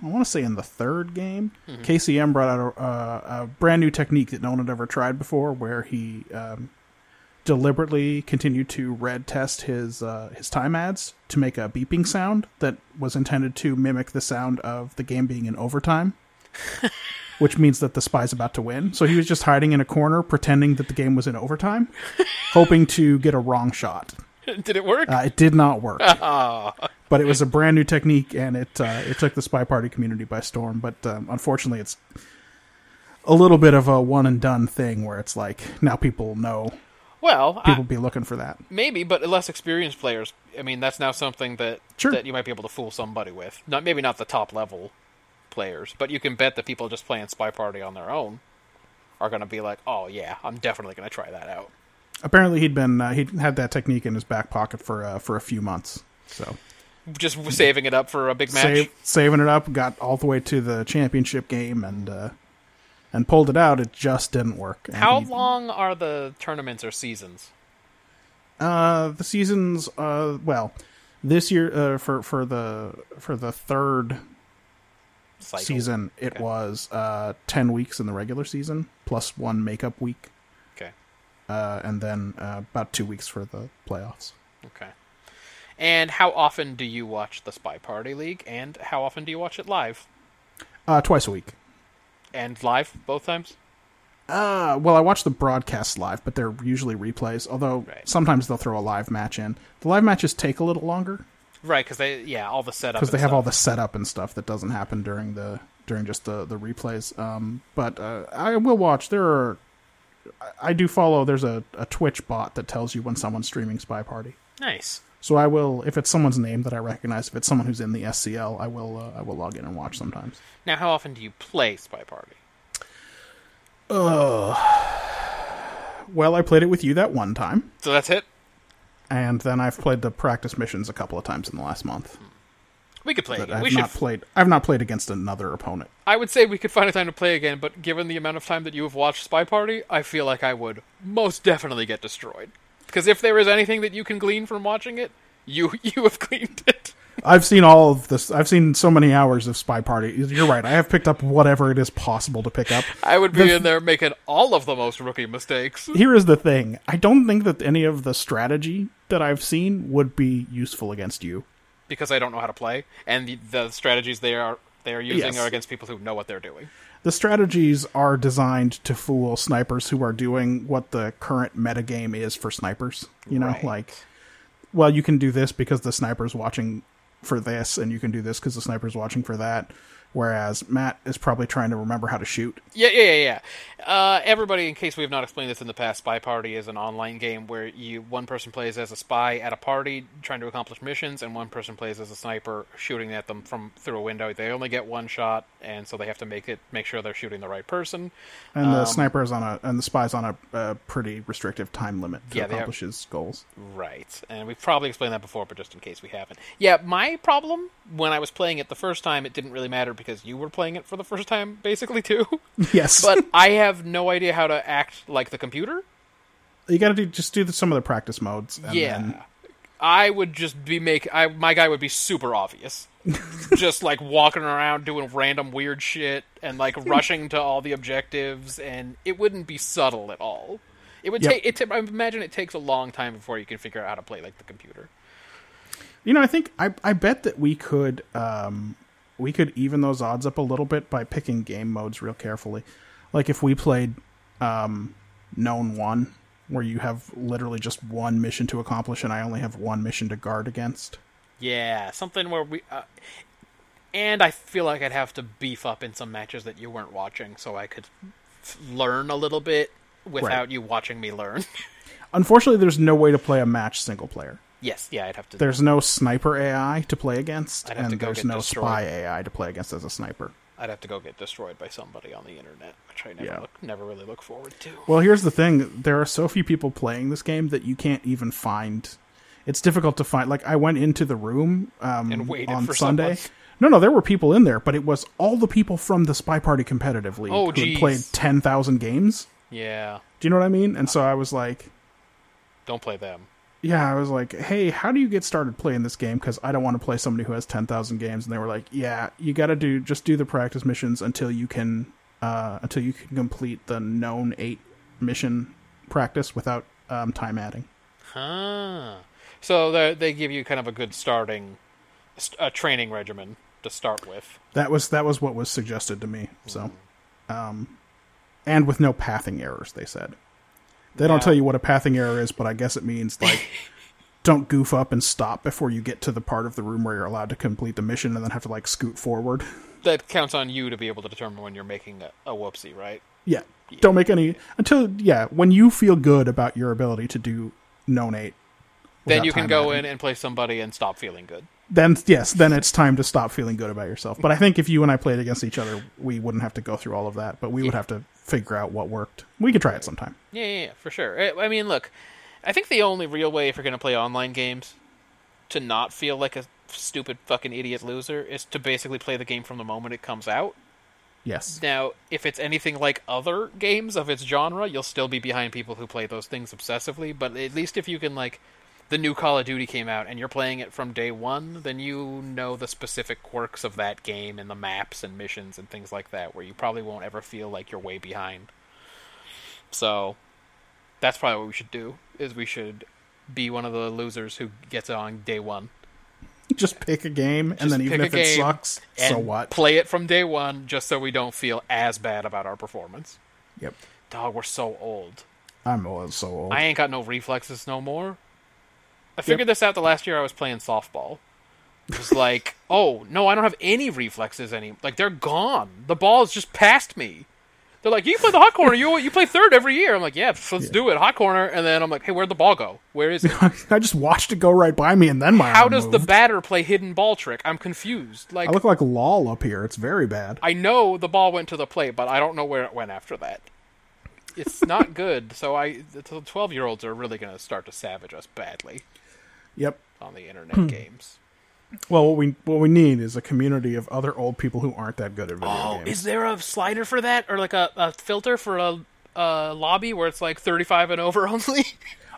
Speaker 3: I want to say in the third game, KCM brought out a, uh, a brand new technique that no one had ever tried before where he um, deliberately continued to red test his, uh, his time ads to make a beeping sound that was intended to mimic the sound of the game being in overtime. Which means that the spy's about to win. So he was just hiding in a corner, pretending that the game was in overtime, hoping to get a wrong shot.
Speaker 2: Did it work?
Speaker 3: Uh, it did not
Speaker 2: (laughs)
Speaker 3: work,
Speaker 2: oh,
Speaker 3: but it was a brand new technique, and it uh, it took the spy party community by storm. But um, unfortunately, it's a little bit of a one and done thing where it's like now people know
Speaker 2: well, I-
Speaker 3: people be looking for that.
Speaker 2: maybe, but less experienced players. I mean, that's now something that
Speaker 3: Sure.
Speaker 2: that you might be able to fool somebody with. Not maybe not the top level players, but you can bet that people just playing Spy Party on their own are going to be like, "Oh yeah, I'm definitely going to try that out."
Speaker 3: Apparently, he'd been uh, he'd had that technique in his back pocket for uh, for a few months. So
Speaker 2: Just w- saving it up for a big match.
Speaker 3: Save, saving it up, got all the way to the championship game, and uh, and pulled it out. It just didn't work. And
Speaker 2: How
Speaker 3: he-
Speaker 2: long are the tournaments or seasons?
Speaker 3: Uh, the seasons. Uh, well, this year uh, for for the for the third
Speaker 2: Cycle?
Speaker 3: season, it
Speaker 2: Okay.
Speaker 3: was uh, ten weeks in the regular season plus one makeup week,
Speaker 2: Okay.
Speaker 3: uh, and then uh, about two weeks for the playoffs.
Speaker 2: Okay. And how often do you watch the Spy Party League? And how often do you watch it live?
Speaker 3: Uh, twice a week.
Speaker 2: And live both times?
Speaker 3: Uh, well, I watch the broadcasts live, but they're usually replays. Although
Speaker 2: Right.
Speaker 3: sometimes they'll throw a live match in. The live matches take a little longer
Speaker 2: Right, because they yeah all the setup
Speaker 3: because
Speaker 2: because
Speaker 3: they have all the setup and stuff that doesn't happen during the during just the the replays. Um, but uh, I will watch. There are I- I do follow. There's a, a Twitch bot that tells you when someone's streaming Spy Party.
Speaker 2: nice.
Speaker 3: So I will, if it's someone's name that I recognize, if it's someone who's in the SCL, I will uh, I will log in and watch sometimes.
Speaker 2: Now, how often do you play Spy Party?
Speaker 3: Well, I played it with you that one time,
Speaker 2: So that's it.
Speaker 3: and then I've played the practice missions a couple of times in the last month.
Speaker 2: We could play.
Speaker 3: But
Speaker 2: Again.
Speaker 3: I've
Speaker 2: We should.
Speaker 3: not played. I've not played against another opponent.
Speaker 2: I would say we could find a time to play again, but given the amount of time that you have watched Spy Party, I feel like I would most definitely get destroyed. Because if there is anything that you can glean from watching it, you (laughs) you have gleaned it.
Speaker 3: I've seen all of this. I've seen so many hours of Spy Party. You're right. I have picked up whatever it is possible to pick up.
Speaker 2: I would be in there making all of the most rookie mistakes.
Speaker 3: Here is the thing. I don't think that any of the strategy that I've seen would be useful against you.
Speaker 2: because I don't know how to play, and the, the strategies they are they are using
Speaker 3: Yes.
Speaker 2: are against people who know what they're doing.
Speaker 3: The strategies are designed to fool snipers who are doing what the current metagame is for snipers. You know,
Speaker 2: Right.
Speaker 3: like, well, you can do this because the sniper's watching for this, and you can do this because the sniper's watching for that. Whereas Matt is probably trying to remember how to shoot.
Speaker 2: Yeah, yeah, yeah, yeah. Uh, everybody, in case we have not explained this in the past, Spy Party is an online game where you one person plays as a spy at a party trying to accomplish missions, and one person plays as a sniper shooting at them from through a window. They only get one shot, and so they have to make it make sure they're shooting the right person.
Speaker 3: And
Speaker 2: Um,
Speaker 3: the sniper is on a and the spy's on a, a pretty restrictive time limit to
Speaker 2: Yeah, they are-
Speaker 3: accomplish his
Speaker 2: (laughs)
Speaker 3: goals.
Speaker 2: Right. And we've probably explained that before, but just in case we haven't. Yeah, my problem when I was playing it the first time, it didn't really matter because you were playing it for the first time, basically, too. (laughs)
Speaker 3: Yes, (laughs)
Speaker 2: but I have no idea how to act like the computer.
Speaker 3: you got to do, just do the, some of the practice modes. And
Speaker 2: yeah.
Speaker 3: then-
Speaker 2: I would just be make I my guy would be super
Speaker 3: (laughs)
Speaker 2: obvious. just like walking around doing random weird shit and like rushing to all the objectives and it wouldn't be subtle at all. It would
Speaker 3: Yep.
Speaker 2: take it ta- I imagine it takes a long time before you can figure out how to play like the computer.
Speaker 3: you know, I think I I bet that we could um we could even those odds up a little bit by picking game modes real carefully. Like if we played um known one, where you have literally just one mission to accomplish, and I only have one mission to guard against.
Speaker 2: Yeah, something where we. Uh, and I feel like I'd have to beef up in some matches that you weren't watching, so I could f- learn a little bit without you watching me learn. (laughs)
Speaker 3: Unfortunately, there's no way to play a match single player.
Speaker 2: yes, yeah, I'd have to.
Speaker 3: there's no sniper AI to play against,
Speaker 2: I'd have
Speaker 3: and
Speaker 2: to go
Speaker 3: there's
Speaker 2: get
Speaker 3: no
Speaker 2: destroyed.
Speaker 3: spy AI to play against as a sniper.
Speaker 2: I'd have to go get destroyed by somebody on the internet, which I never
Speaker 3: Yeah.
Speaker 2: look, never really look forward to.
Speaker 3: Well, here's the thing: there are so few people playing this game that you can't even find. It's difficult to find. Like I went into the room um,
Speaker 2: And waited
Speaker 3: on
Speaker 2: for
Speaker 3: Sunday.
Speaker 2: someone.
Speaker 3: No, no, there were people in there, but it was all the people from the Spy Party competitive league
Speaker 2: Oh,
Speaker 3: who had
Speaker 2: geez.
Speaker 3: played ten thousand games.
Speaker 2: Yeah,
Speaker 3: Do you know what I mean? And so I was like,
Speaker 2: don't play them.
Speaker 3: yeah, I was like, hey, how do you get started playing this game? Because I don't want to play somebody who has ten thousand games. And they were like, yeah, you got to do just do the practice missions until you can uh, until you can complete the known eight mission practice without um, time adding.
Speaker 2: Huh. So they they give you kind of a good starting, st- a training regimen to start with.
Speaker 3: That was that was what was suggested to me. So, um, and with no pathing errors, they said. They don't
Speaker 2: Wow.
Speaker 3: tell you what a pathing error is, but I guess it means like don't goof up and stop before you get to the part of the room where you're allowed to complete the mission and then have to like scoot forward. (laughs)
Speaker 2: That counts on you to be able to determine when you're making a, a whoopsie, right?
Speaker 3: Yeah. Don't make any until yeah, when you feel good about your ability to do nonate.
Speaker 2: Then
Speaker 3: without
Speaker 2: you can
Speaker 3: time
Speaker 2: go
Speaker 3: adding.
Speaker 2: in and play somebody and stop feeling good.
Speaker 3: Then yes, then it's time to stop feeling good about yourself. But I think if you and I played against each other, we wouldn't have to go through all of that, but we would have to figure out what worked. We could try it sometime.
Speaker 2: Yeah, yeah, yeah, for sure. I- I mean, look, I think the only real way if you're going to play online games to not feel like a stupid fucking idiot loser is to basically play the game from the moment it comes out.
Speaker 3: Yes.
Speaker 2: Now, if it's anything like other games of its genre, you'll still be behind people who play those things obsessively, but at least if you can like the new Call of Duty came out and you're playing it from day 1, then you know the specific quirks of that game and the maps and missions and things like that where you probably won't ever feel like you're way behind. So, that's probably what we should do is we should be one of the losers who gets it on day 1
Speaker 3: Just pick a game and
Speaker 2: Just
Speaker 3: then even
Speaker 2: pick
Speaker 3: if
Speaker 2: a
Speaker 3: it
Speaker 2: game
Speaker 3: sucks,
Speaker 2: and
Speaker 3: so what?
Speaker 2: play it from day 1 just so we don't feel as bad about our performance.
Speaker 3: yep.
Speaker 2: Dog, we're so old.
Speaker 3: I'm old, so old.
Speaker 2: I ain't got no reflexes no more. I figured this out the last year I was playing softball. It was like, (laughs) oh no, I don't have any reflexes any. Like they're gone. The ball is just past me. They're like, you play the hot corner. You you play third every year. I'm like, yeah, pff, let's do it, hot corner. And then I'm like, hey, where'd the ball go? Where
Speaker 3: (laughs)
Speaker 2: is it?
Speaker 3: (laughs) I just watched it go right by me and then my
Speaker 2: How
Speaker 3: arm
Speaker 2: does the
Speaker 3: moved.
Speaker 2: batter play hidden ball trick? I'm confused. Like
Speaker 3: I look like lol up here. It's very bad.
Speaker 2: I know the ball went to the plate, but I don't know where it went after that. It's
Speaker 3: (laughs)
Speaker 2: not good. So I, the twelve year olds are really gonna start to savage us badly.
Speaker 3: Yep.
Speaker 2: on the
Speaker 3: Hmm.
Speaker 2: internet games.
Speaker 3: Well, what we what we need is a community of other old people who aren't that good at video
Speaker 2: Oh,
Speaker 3: games.
Speaker 2: is there a slider for that, or like a, a filter for a, a lobby where it's like thirty-five and over (laughs) only?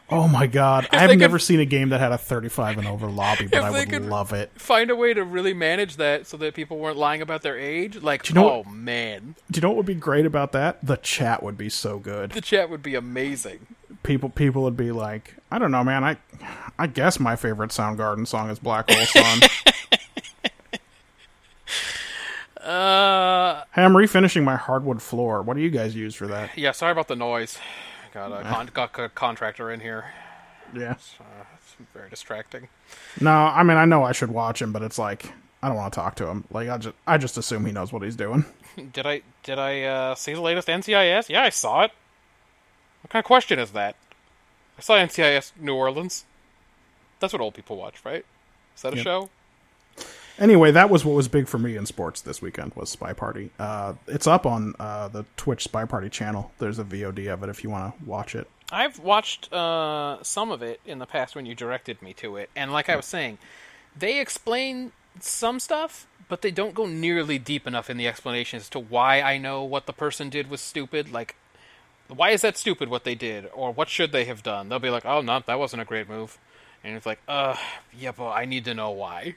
Speaker 3: Oh my god,
Speaker 2: they
Speaker 3: I've
Speaker 2: could-
Speaker 3: never seen a game that had a 35 and over lobby, but
Speaker 2: If
Speaker 3: I
Speaker 2: they
Speaker 3: would
Speaker 2: could-
Speaker 3: love it.
Speaker 2: Find a way to really manage that so that people weren't lying about their age. Like,
Speaker 3: you know
Speaker 2: oh
Speaker 3: what-
Speaker 2: man,
Speaker 3: Do you know what would be great about that? The chat would be so good.
Speaker 2: the chat would be amazing.
Speaker 3: People people would be like, I don't know, man. I I guess my favorite Soundgarden song is Black
Speaker 2: (laughs)
Speaker 3: Hole Sun.
Speaker 2: Uh,
Speaker 3: hey, I'm refinishing my hardwood floor. What do you guys use for that?
Speaker 2: yeah. Sorry about the noise. Got a, con- got a contractor in here.
Speaker 3: Yeah.
Speaker 2: It's very distracting.
Speaker 3: No, I mean I know I should watch him, but it's like I don't want to talk to him. Like I just I just assume he knows what he's doing.
Speaker 2: Did I did I uh, see the latest NCIS? Yeah, I saw it. What kind of question is that? I saw NCIS New Orleans. That's what old people watch, right? Is that a show?
Speaker 3: Anyway, that was what was big for me in sports this weekend was Spy Party. Uh, it's up on uh, the Twitch Spy Party channel. There's a VOD of it if you want to watch it.
Speaker 2: I've watched uh, some of it in the past when you directed me to it, and like I was saying, they explain some stuff, but they don't go nearly deep enough in the explanation as to why I know what the person did was stupid. Like, why is that stupid what they did, or what should they have done? They'll be like, "Oh no, that wasn't a great move," and it's like, "Uh, yeah, but I need to know why.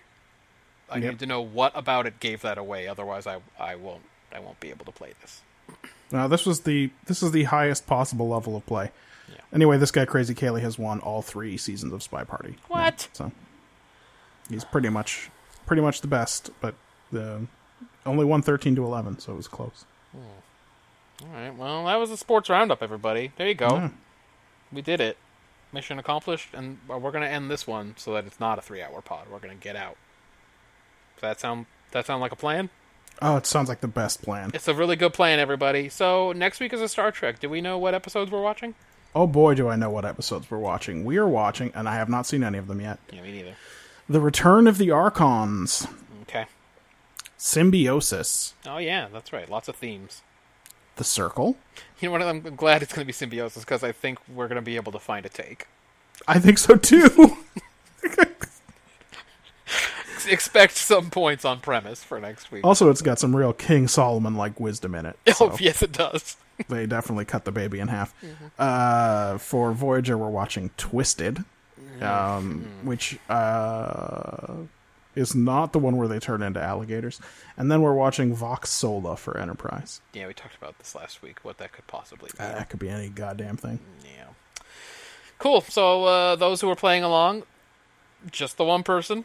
Speaker 2: I
Speaker 3: Yep.
Speaker 2: need to know what about it gave that away. Otherwise, I I won't I won't be able to play this."
Speaker 3: Now Uh, this was the this is the highest possible level of play. Anyway, this guy Crazy Kaylee has won all three seasons of Spy Party. now,
Speaker 2: What?
Speaker 3: so he's pretty much pretty much the best, but the only won thirteen to eleven, so it was close.
Speaker 2: All right. Well, that was the sports roundup, everybody. There you go.
Speaker 3: Yeah.
Speaker 2: We did it. Mission accomplished, and uh, we're gonna end this one so that it's not a three-hour pod. We're gonna get out. Does that sound? That sound like a plan?
Speaker 3: Oh, it sounds like the best plan.
Speaker 2: It's a really good plan, everybody. So next week is a Star Trek. Do we know what episodes we're watching?
Speaker 3: Oh boy, do I know what episodes we're watching. We are watching, and I have not seen any of them yet.
Speaker 2: Yeah, me neither.
Speaker 3: The Return of the Archons.
Speaker 2: Okay.
Speaker 3: Symbiosis,
Speaker 2: Oh yeah, that's right. Lots of themes.
Speaker 3: The Circle.
Speaker 2: You know what? I'm glad it's gonna be symbiosis because I think we're gonna be able to find a take. (laughs)
Speaker 3: I think so too. (laughs)
Speaker 2: Expect some points on premise for next (laughs) week.
Speaker 3: also, it's got some real King Solomon like wisdom in it. Oh, so
Speaker 2: oh yes, it does.
Speaker 3: They definitely cut the baby in half. Uh, for Voyager, we're watching Twisted, um, which uh, is not the one where they turn into alligators. And then we're watching Vox Sola for Enterprise.
Speaker 2: Yeah, we talked about this last week. What that could possibly be.
Speaker 3: That could be any goddamn thing.
Speaker 2: Yeah. Cool. So uh, those who are playing along, just the one person.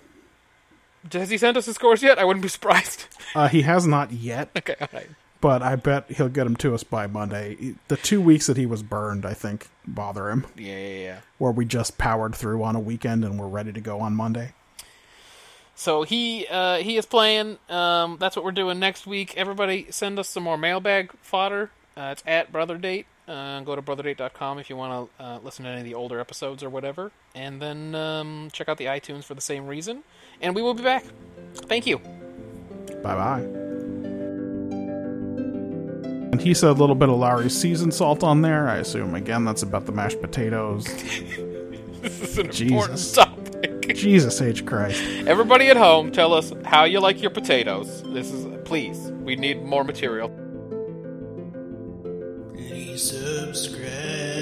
Speaker 2: Has he sent us his scores yet? I wouldn't be surprised. (laughs)
Speaker 3: Uh, he has not yet,
Speaker 2: okay. All right.
Speaker 3: but I bet he'll get him to us by Monday. E, The two weeks that he was burned, I think, bother him.
Speaker 2: Yeah, yeah, yeah.
Speaker 3: Where we just powered through on a weekend and we're ready to go on Monday.
Speaker 2: So he uh, he is playing. Um, that's what we're doing next week. Everybody, send us some more mailbag fodder. Uh, it's at Brother Date. Uh, go to brotherdate.com if you want to uh, listen to any of the older episodes or whatever, and then um, check out the iTunes for the same reason. And we will be back. Thank you.
Speaker 3: Bye bye. And he said a little bit of Lowry's seasoned salt on there. I assume again that's about the mashed potatoes.
Speaker 2: This is an
Speaker 3: Jesus.
Speaker 2: important topic.
Speaker 3: Jesus H Christ.
Speaker 2: Everybody at home, tell us how you like your potatoes. This is please. We need more material.
Speaker 4: Please subscribe.